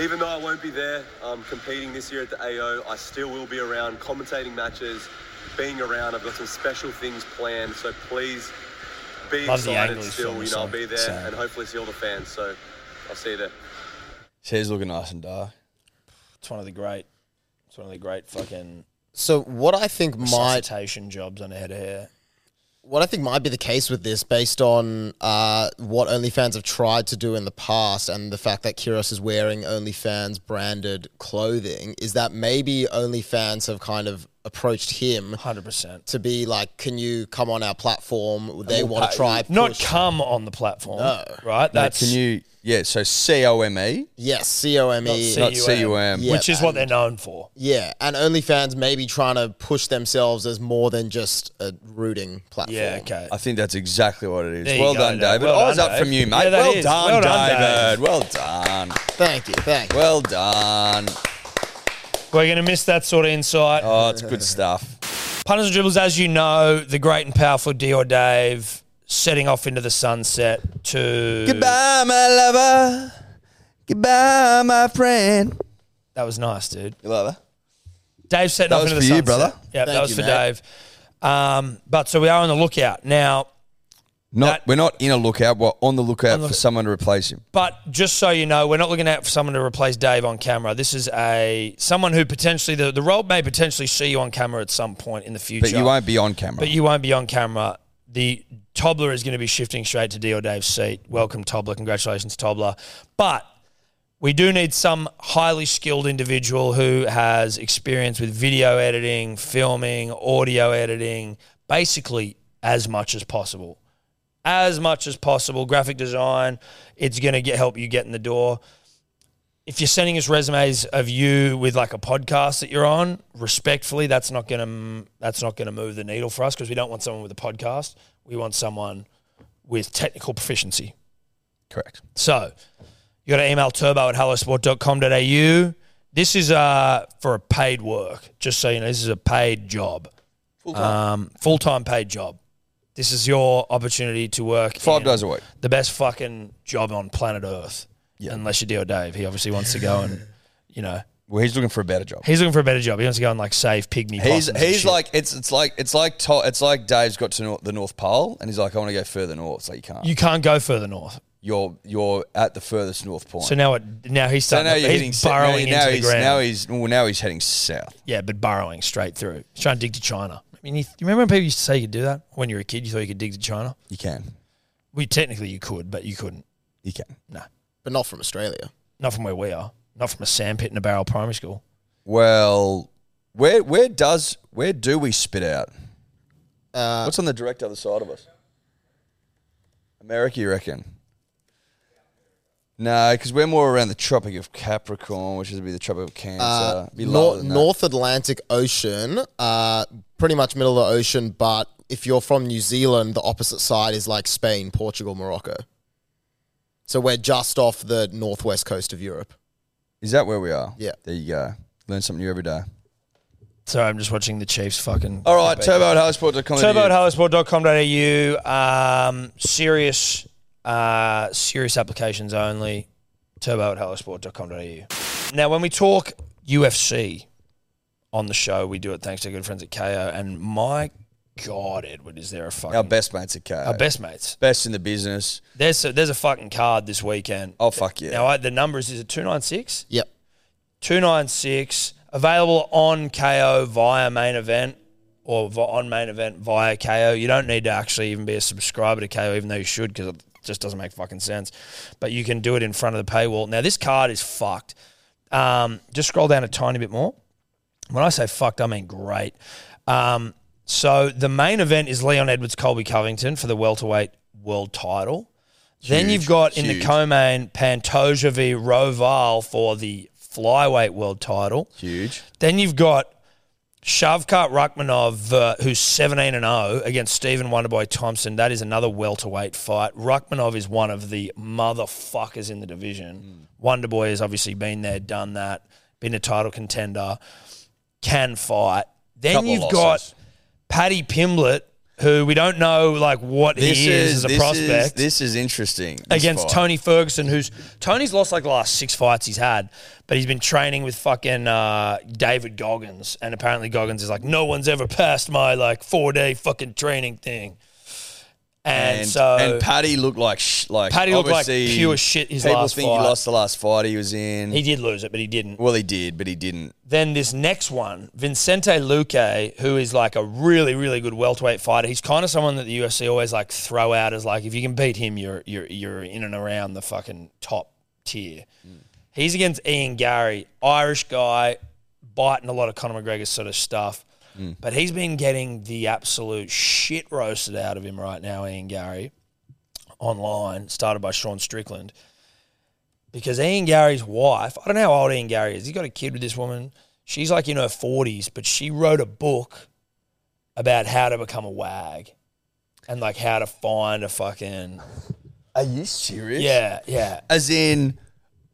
F: Even though I won't be there um, competing this year at the AO, I still will be around commentating matches, being around. I've got some special things planned. So please be
B: Love the
F: excited
B: angle he's
F: still.
B: filming
F: You know, I'll be there
B: Sam.
F: and hopefully see all the fans. So I'll see you there.
C: Says looking nice and dark.
B: It's one of the great. It's one of the great fucking
E: So what I think might
B: citation jobs on a head of hair.
E: what I think might be the case with this, based on uh, what OnlyFans have tried to do in the past, and the fact that Kiros is wearing OnlyFans branded clothing, is that maybe OnlyFans have kind of approached him
B: Hundred percent.
E: to be like, "Can you come on our platform?" They
C: we'll
E: want
C: pay
E: to try.
B: Not
E: push-
B: come on the platform.
E: No.
B: Right.
C: Now,
B: That's
C: Can you? Yeah. So C O M E,
E: yes, C O M
B: not
E: E.
C: not C U M.
E: Yeah.
B: which is what they're known for.
E: Yeah, and OnlyFans maybe trying to push themselves as more than just a rooting platform.
B: Yeah. Okay.
C: I think that's exactly what it is.
B: There you
C: well
B: go,
C: done,
B: Dave.
C: David.
B: Well
C: I was
B: done,
C: up
B: Dave.
C: from you, mate.
B: Yeah, that
C: well,
B: is.
C: done,
B: Well done,
C: David.
B: Dave.
C: Well done.
E: Thank you, thank you.
C: Well done.
B: We're gonna miss that sort of insight.
C: Oh, it's good stuff.
B: Punters and dribbles, as you know, the great and powerful Dior Dave setting off into the sunset to
C: Goodbye, my lover. Goodbye, my friend.
B: That was nice, dude.
C: You like that?
B: Dave setting
C: That
B: off
C: was
B: into the
C: for you,
B: sunset.
C: brother.
B: Yeah, that
E: Thank
B: was
E: you,
B: for
E: mate.
B: Dave. Um, but so we are on the lookout now.
C: Not,
B: That-
C: we're not in a lookout. We're on the lookout for someone to replace him.
B: But just so you know, we're not looking out for someone to replace Dave on camera. This is a someone who potentially the, the role may potentially see you on camera at some point in the future.
C: But you won't be on camera.
B: But you won't be on camera. The toddler is going to be shifting straight to Dior Dave's seat. Welcome, toddler. Congratulations, toddler. But we do need some highly skilled individual who has experience with video editing, filming, audio editing, basically as much as possible. As much as possible, graphic design, it's going to get help you get in the door. If you're sending us resumes of you with like a podcast that you're on, respectfully, that's not going to that's not going to move the needle for us because we don't want someone with a podcast. We want someone with technical proficiency.
C: Correct.
B: So you got to email turbo at hellosport.com.au. This is uh, for a paid work, just so you know, this is a paid job. Um, Full time paid job. This is your opportunity to work
C: Five
B: in
C: days a week.
B: The best fucking job on planet Earth. unless you deal with Dave. He obviously wants to go and, you know,
C: Well, he's looking for a better job.
B: he's looking for a better job. He wants to go and like save pygmy.
C: He's
B: possums and
C: he's
B: shit.
C: like it's it's like it's like to, it's like Dave's got to nor- the North Pole and he's like I want to go further north. It's like you can't.
B: you can't go further north.
C: you're you're at the furthest north point.
B: So now it now he's
C: So
B: starting.
C: now
B: to-
C: you're hitting
B: he's
C: se- now,
B: burrowing
C: he- now
B: into
C: he's
B: the ground.
C: now he's well, now he's heading south.
B: yeah, but burrowing straight through. He's trying to dig to China. I mean, you, you remember when people used to say you could do that when you were a kid? You thought you could dig to China.
C: You can,
B: Well, technically you could, but you couldn't.
C: you can.
B: No,
E: but not from Australia.
B: not from where we are. Not from a sandpit in a barrel primary school.
C: Well, where where does where do we spit out?
E: Uh,
C: What's on the direct other side of us? America, you reckon? No, because we're more around the Tropic of Capricorn, which is be the Tropic of Cancer.
E: Uh,
C: be lower
E: North,
C: than that.
E: North Atlantic Ocean, uh, pretty much middle of the ocean. But if you're from New Zealand, the opposite side is like Spain, Portugal, Morocco. So we're just off the northwest coast of Europe.
C: Is that where we are?
E: Yeah.
C: There you go. Learn something new every day.
B: Sorry, I'm just watching the Chiefs fucking.
C: All right, turbo at highsport.com.
B: Turbo at holosport.com.au. Um, serious, uh, serious applications only. Turbo at holosport.com.au. Now, when we talk UFC on the show, we do it thanks to our good friends at KO. And my God, Edward, is there a fucking.
C: Our best mates at K.
B: our best mates.
C: Best in the business.
B: There's a, there's a fucking card this weekend.
C: Oh, fuck yeah.
B: Now, I, the numbers is it 296?
E: Yep.
B: 296 available on KO via main event or vi- on main event via KO. You don't need to actually even be a subscriber to KO, even though you should, because it just doesn't make fucking sense. But you can do it in front of the paywall. Now, this card is fucked. Um, just scroll down a tiny bit more. When I say fucked, I mean great. Um, so the main event is Leon Edwards Colby Covington for the welterweight world title. Then
C: Huge,
B: you've got in the
C: huge.
B: co-main Pantoja v Roval for the flyweight world title.
C: Huge.
B: Then you've got Shavkat Rachmanov, uh, who's 17 and 0 against Stephen Wonderboy Thompson. That is another welterweight fight. Rachmanov is one of the motherfuckers in the division.
C: Hmm.
B: Wonderboy has obviously been there, done that, been a title contender, can fight. Then
C: Couple
B: you've
C: losses.
B: got Paddy Pimblett, who we don't know like what he is, as a
C: this
B: prospect
C: Is, this is interesting. This
B: against
C: fight.
B: Tony Ferguson, who's Tony's lost like the last six fights he's had, but he's been training with fucking uh, David Goggins, and apparently Goggins is like, no one's ever passed my like four day fucking training thing, and,
C: And,
B: so
C: and Paddy looked like sh- like
B: Paddy looked like
C: obviously
B: pure shit his
C: people
B: last
C: think
B: fight.
C: he lost the last fight he was in.
B: he did lose it, but he didn't.
C: well, he did, but he didn't.
B: Then this next one, Vincente Luque, who is like a really, really good welterweight fighter. He's kind of someone that the UFC always like throw out as like if you can beat him, you're you're you're in and around the fucking top tier. He's against Ian Gary, Irish guy, biting a lot of Conor McGregor sort of stuff. But he's been getting the absolute shit roasted out of him right now, Ian Gary, online, started by Sean Strickland because Ian Gary's wife, I don't know how old Ian Gary is. He's got a kid with this woman. She's like in her 40s, but she wrote a book about how to become a wag and like how to find a fucking.
C: Are you serious?
B: Yeah, yeah.
C: As in,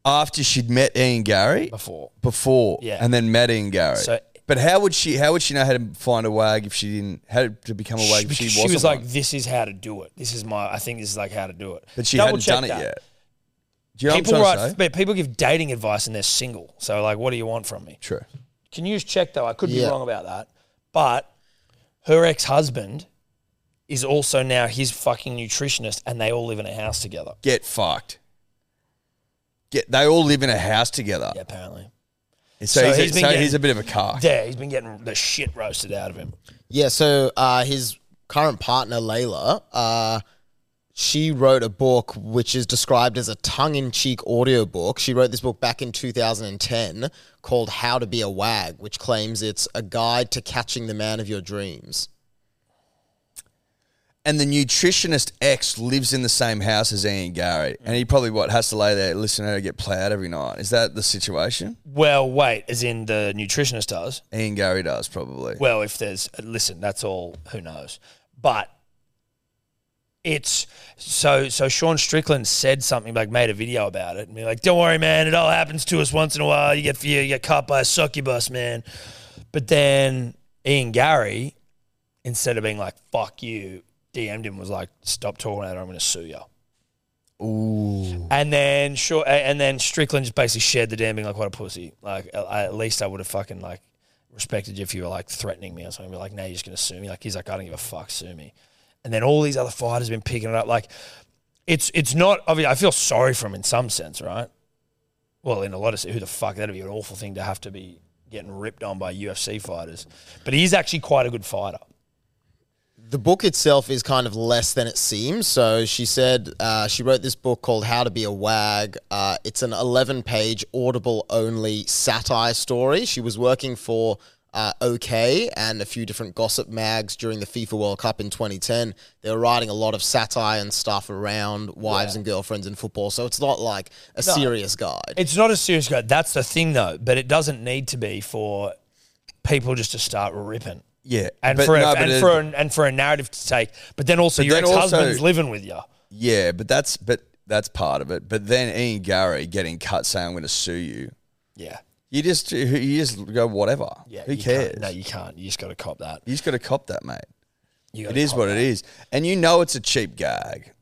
C: after she'd met Ian Gary
B: Before.
C: before,
B: Yeah.
C: and then met Ian Gary.
B: So-
C: but how would she? How would she know how to find a wag if she didn't? How to become a wag if she,
B: She,
C: wasn't
B: was like,
C: one?
B: this is how to do it. This is my, I think this is like how to do it.
C: but she
B: Double
C: hadn't
B: check
C: done it
B: that.
C: yet. Do you know
B: People
C: what I'm trying
B: write,
C: to say?
B: but people give dating advice and they're single. So like, what do you want from me?
C: True.
B: Can you just check though? I could
E: Yeah.
B: be wrong about that. But her ex husband is also now his fucking nutritionist and they all live in a house together.
C: Get fucked. Get. They all live in a house together.
B: Yeah, apparently.
C: So,
B: So
C: he's,
B: he's
C: a,
B: been
C: so
B: getting-
C: he's a bit of a car.
B: Yeah, he's been getting the shit roasted out of him.
E: Yeah, so uh, his current partner, Layla, uh, she wrote a book which is described as a tongue in cheek audiobook. She wrote this book back in 2010 called How to Be a Wag, which claims it's a guide to catching the man of your dreams.
C: And the nutritionist ex lives in the same house as Ian Gary, and he probably what has to lay there listening to her get plowed every night. Is that the situation?
B: Well, wait, as in the nutritionist does.
C: Ian Gary does probably.
B: Well, if there's listen, that's all. Who knows? But it's so so. Sean Strickland said something like made a video about it and be like, "Don't worry, man. It all happens to us once in a while. You get you get caught by a succubus, man." But then Ian Gary, instead of being like "fuck you," DM'd him and was like, "Stop talking about it. I'm going to sue you."
C: Ooh.
B: And then sure, a- and then Strickland just basically shared the damn being like, "What a pussy!" Like a- at least I would have fucking like respected you if you were like threatening me or something. Be like, "Now you're just gonna sue me." Like he's like, "I don't give a fuck, sue me." And then all these other fighters have been picking it up. Like it's it's not. I mean, I feel sorry for him in some sense, right? Well, in a lot of who the fuck that'd be an awful thing to have to be getting ripped on by UFC fighters. But he's actually quite a good fighter.
E: the book itself is kind of less than it seems. So she said uh, she wrote this book called How to Be a Wag. Uh, it's an 11 page audible only satire story. She was working for uh, OK and a few different gossip mags during the FIFA World Cup in 2010. They were writing a lot of satire and stuff around wives and girlfriends in football. So it's not like a serious guide.
B: It's not a serious guy. That's the thing, though. But it doesn't need to be for people just to start ripping.
C: Yeah,
B: and
C: but
B: for a,
C: no, but
B: and
C: it-
B: for an, and for a narrative to take. But then also your
C: then
B: ex husband's
C: also-
B: living with you.
C: Yeah, but that's but that's part of it. But then Ian Gary getting cut saying I'm going to sue you.
B: Yeah,
C: You just you just go whatever.
B: yeah.
C: Who
B: you
C: cares?
B: Can't, no, you can't. You just got to cop that.
C: You just got to cop that, mate.
B: You
C: It
B: gotta
C: is
B: cop
C: what
B: that.
C: it is, and you know it's a cheap gag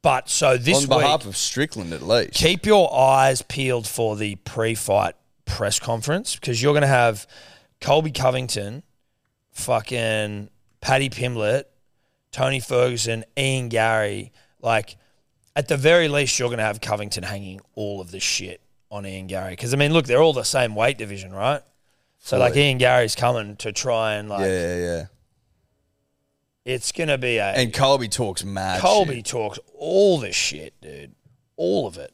B: But so this
C: on behalf
B: week,
C: of Strickland at least.
B: keep your eyes peeled for the pre-fight press conference because you're going to have Colby Covington, fucking Paddy Pimblett, Tony Ferguson, Ian Gary. Like at the very least, you're going to have Covington hanging all of this shit on Ian Gary because I mean, look, they're all the same weight division, right? So like Ian Gary's coming to try and like
C: yeah, yeah, yeah.
B: it's going to be a
C: And Colby talks mad.
B: Colby
C: shit.
B: talks all this shit, dude, all of it.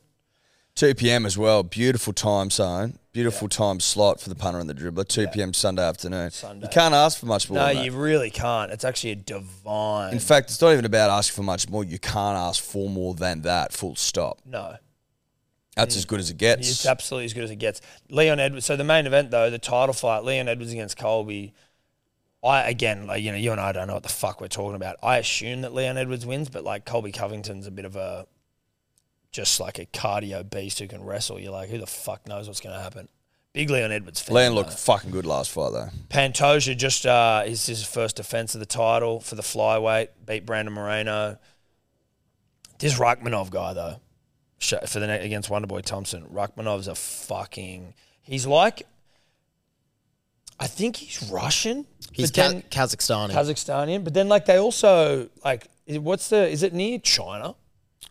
C: two p.m. as well. Beautiful time zone. Beautiful time slot for the punter and the dribbler. Two p.m. Sunday afternoon.
B: Sunday.
C: You can't ask for much more.
B: No,
C: than that.
B: you really can't. It's actually a divine.
C: In fact, it's not even about asking for much more. You can't ask for more than that. Full stop.
B: No,
C: That's as good as it
B: it's
C: gets.
B: absolutely as good as it gets. Leon Edwards. So the main event though, the title fight, Leon Edwards against Colby. I again, like you know, you and I don't know what the fuck we're talking about. I assume that Leon Edwards wins, but like Colby Covington's a bit of a, just like a cardio beast who can wrestle. You're like, who the fuck knows what's going to happen? Big Leon Edwards fan.
C: Leon
B: though.
C: looked fucking good last fight though.
B: Pantoja just uh, is his first defense of the title for the flyweight. Beat Brandon Moreno. This Rachmanov guy though, sh- for the ne- against Wonderboy Thompson, Rachmanov's a fucking. He's like, I think he's Russian.
E: He's
B: but
E: Ka-
B: then-
E: Kazakhstani.
B: Kazakhstanian, but then like they also like i- what's the is it near China?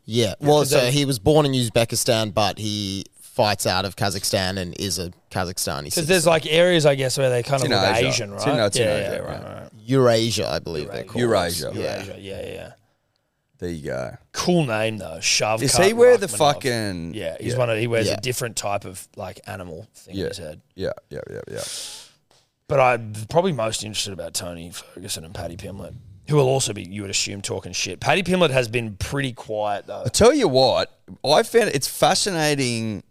E: yeah. Well,
B: Is
E: so
B: that-
E: he was born in Uzbekistan, but he fights out of Kazakhstan and is a Kazakhstani
B: Because
E: citizen.
B: there's like areas I guess where they kind of
C: It's in
B: look
C: Asia.
B: Asian, right?
C: It's in- it's in
B: yeah,
C: Asia,
B: yeah,
C: yeah.
B: right, right, right.
E: Eurasia, I believe they're called.
C: Eurasia.
B: Eurasia, yeah, yeah.
C: There you go.
B: Cool name though, Shavkat.
C: Is he where the
B: Rachmanov.
C: fucking
B: Yeah, he's one of he wears
E: Yeah.
B: a different type of like animal thing
C: yeah,
B: in his head.
C: yeah, yeah, yeah, yeah.
B: But I'm probably most interested about Tony Ferguson and Paddy Pimlet, who will also be, you would assume, talking shit. Paddy Pimlet has been pretty quiet though.
C: I tell you what, I found it's fascinating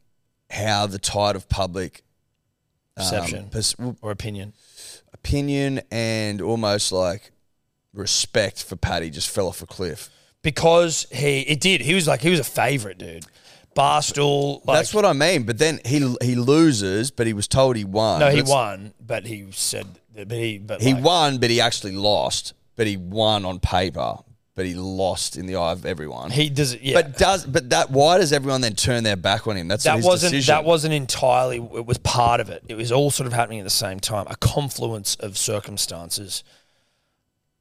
C: how the tide of public um,
B: Perception
C: pers- well,
B: or opinion.
C: opinion and almost like respect for Paddy just fell off a cliff.
B: Because he it did. He was like he was a favourite, dude. Barstool like
C: That's what I mean. But then he he loses, but he was told he won.
B: No,
C: But
B: he
C: it's-
B: won, but he said but he but
C: He
B: like,
C: won, but he actually lost. But he won on paper, but he lost in the eye of everyone.
B: he does yeah.
C: But does but that why does everyone then turn their back on him? That's not
B: that
C: his
B: wasn't
C: decision.
B: that wasn't entirely it was part of it it was all sort of happening at the same time a confluence of circumstances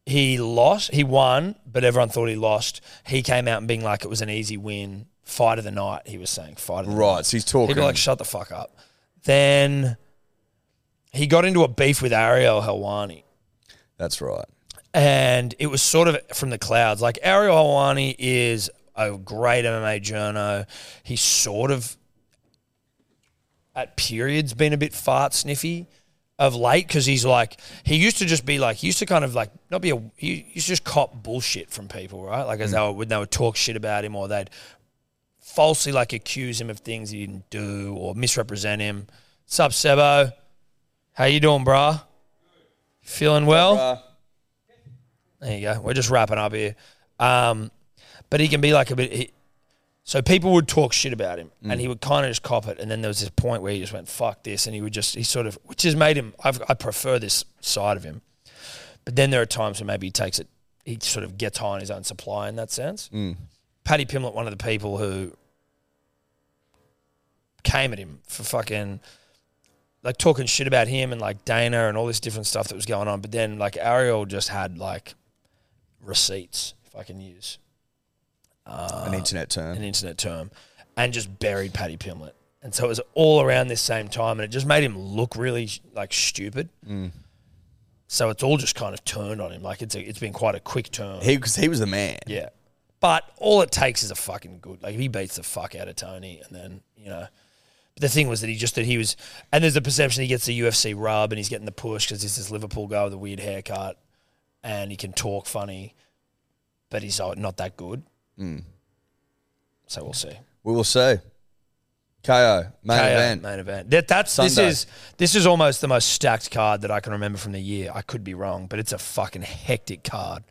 B: he lost he won but everyone thought he lost he came out and being like it was an easy win fight of the night he was saying fight of the night
C: right. So he's talking.
B: people are like shut the fuck up then he got into a beef with Ariel Helwani
C: That's right.
B: and it was sort of from the clouds. Like Ariel Helwani is a great MMA journo. He's sort of at periods been a bit fart sniffy of late because he's like he used to just be like he used to kind of like not be a he used to just cop bullshit from people right like as they were, when they would talk shit about him or they'd falsely like accuse him of things he didn't do or misrepresent him. Sup Sebo, how you doing, brah? Feeling well? There you go. We're just wrapping up here. Um, but he can be like a bit. He, so people would talk shit about him, and he would kind of just cop it. And then there was this point where he just went "fuck this," and he would just he sort of, which has made him. I've, I prefer this side of him. But then there are times when maybe he takes it. He sort of gets high on his own supply in that sense. Paddy Pimlet, one of the people who came at him for fucking like talking shit about him and like Dana and all this different stuff that was going on. But then like Ariel just had like receipts, if I can use
C: an internet term.
B: an internet term, and just buried Paddy Pimlet. And so it was all around this same time, and it just made him look really like stupid. So it's all just kind of turned on him. Like it's a, it's been quite a quick turn.
C: He because he was the man.
B: Yeah. But all it takes is a fucking good. Like if he beats the fuck out of Tony, and then you know. But the thing was that he just that he was, and there's a perception he gets the UFC rub and he's getting the push because he's this Liverpool guy with a weird haircut, and he can talk funny, but he's uh, not that good. So we'll see.
C: We will see. KO main
B: KO,
C: event.
B: Main event. That, that's
C: Sunday.
B: this is this is almost the most stacked card that I can remember from the year. I could be wrong, but it's a fucking hectic card.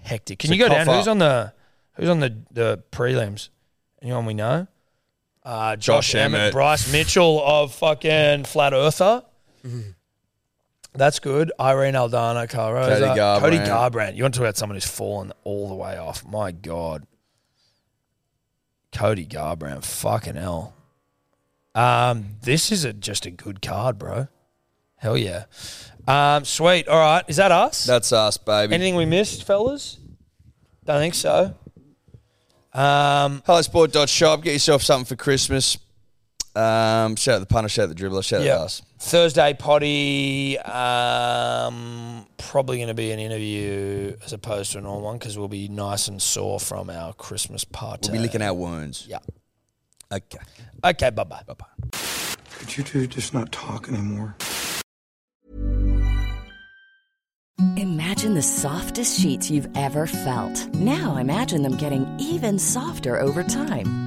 B: Hectic. Can
C: It's
B: you
C: a
B: go down?
C: cough
B: Who's
C: up.
B: on the Who's on the the prelims? Anyone we know? Uh, Josh,
C: Josh
B: Emmett,
C: Emmett.
B: Bryce Mitchell of fucking Flat Earther. That's good. Irene Aldana, Carl Rosa,
C: Cody Garbrandt.
B: Cody Garbrandt. You want to talk about someone who's fallen all the way off? My God, Cody Garbrandt, fucking hell. Um, this is a just a good card, bro. Hell yeah. Um, sweet. All right, is that us?
C: That's us, baby.
B: Anything we missed, fellas? Don't think so. Um,
C: Hellosport.shop. Get yourself something for Christmas. Um, shout out the punter, shout out the dribbler, shout
B: yeah.
C: out us.
B: Thursday potty. Um, probably going to be an interview as opposed to a normal one because we'll be nice and sore from our Christmas party.
C: We'll be licking our wounds.
B: Yeah.
C: Okay.
B: Okay. Bye bye. Bye bye.
G: Could you two just not talk anymore?
H: Imagine the softest sheets you've ever felt. Now imagine them getting even softer over time.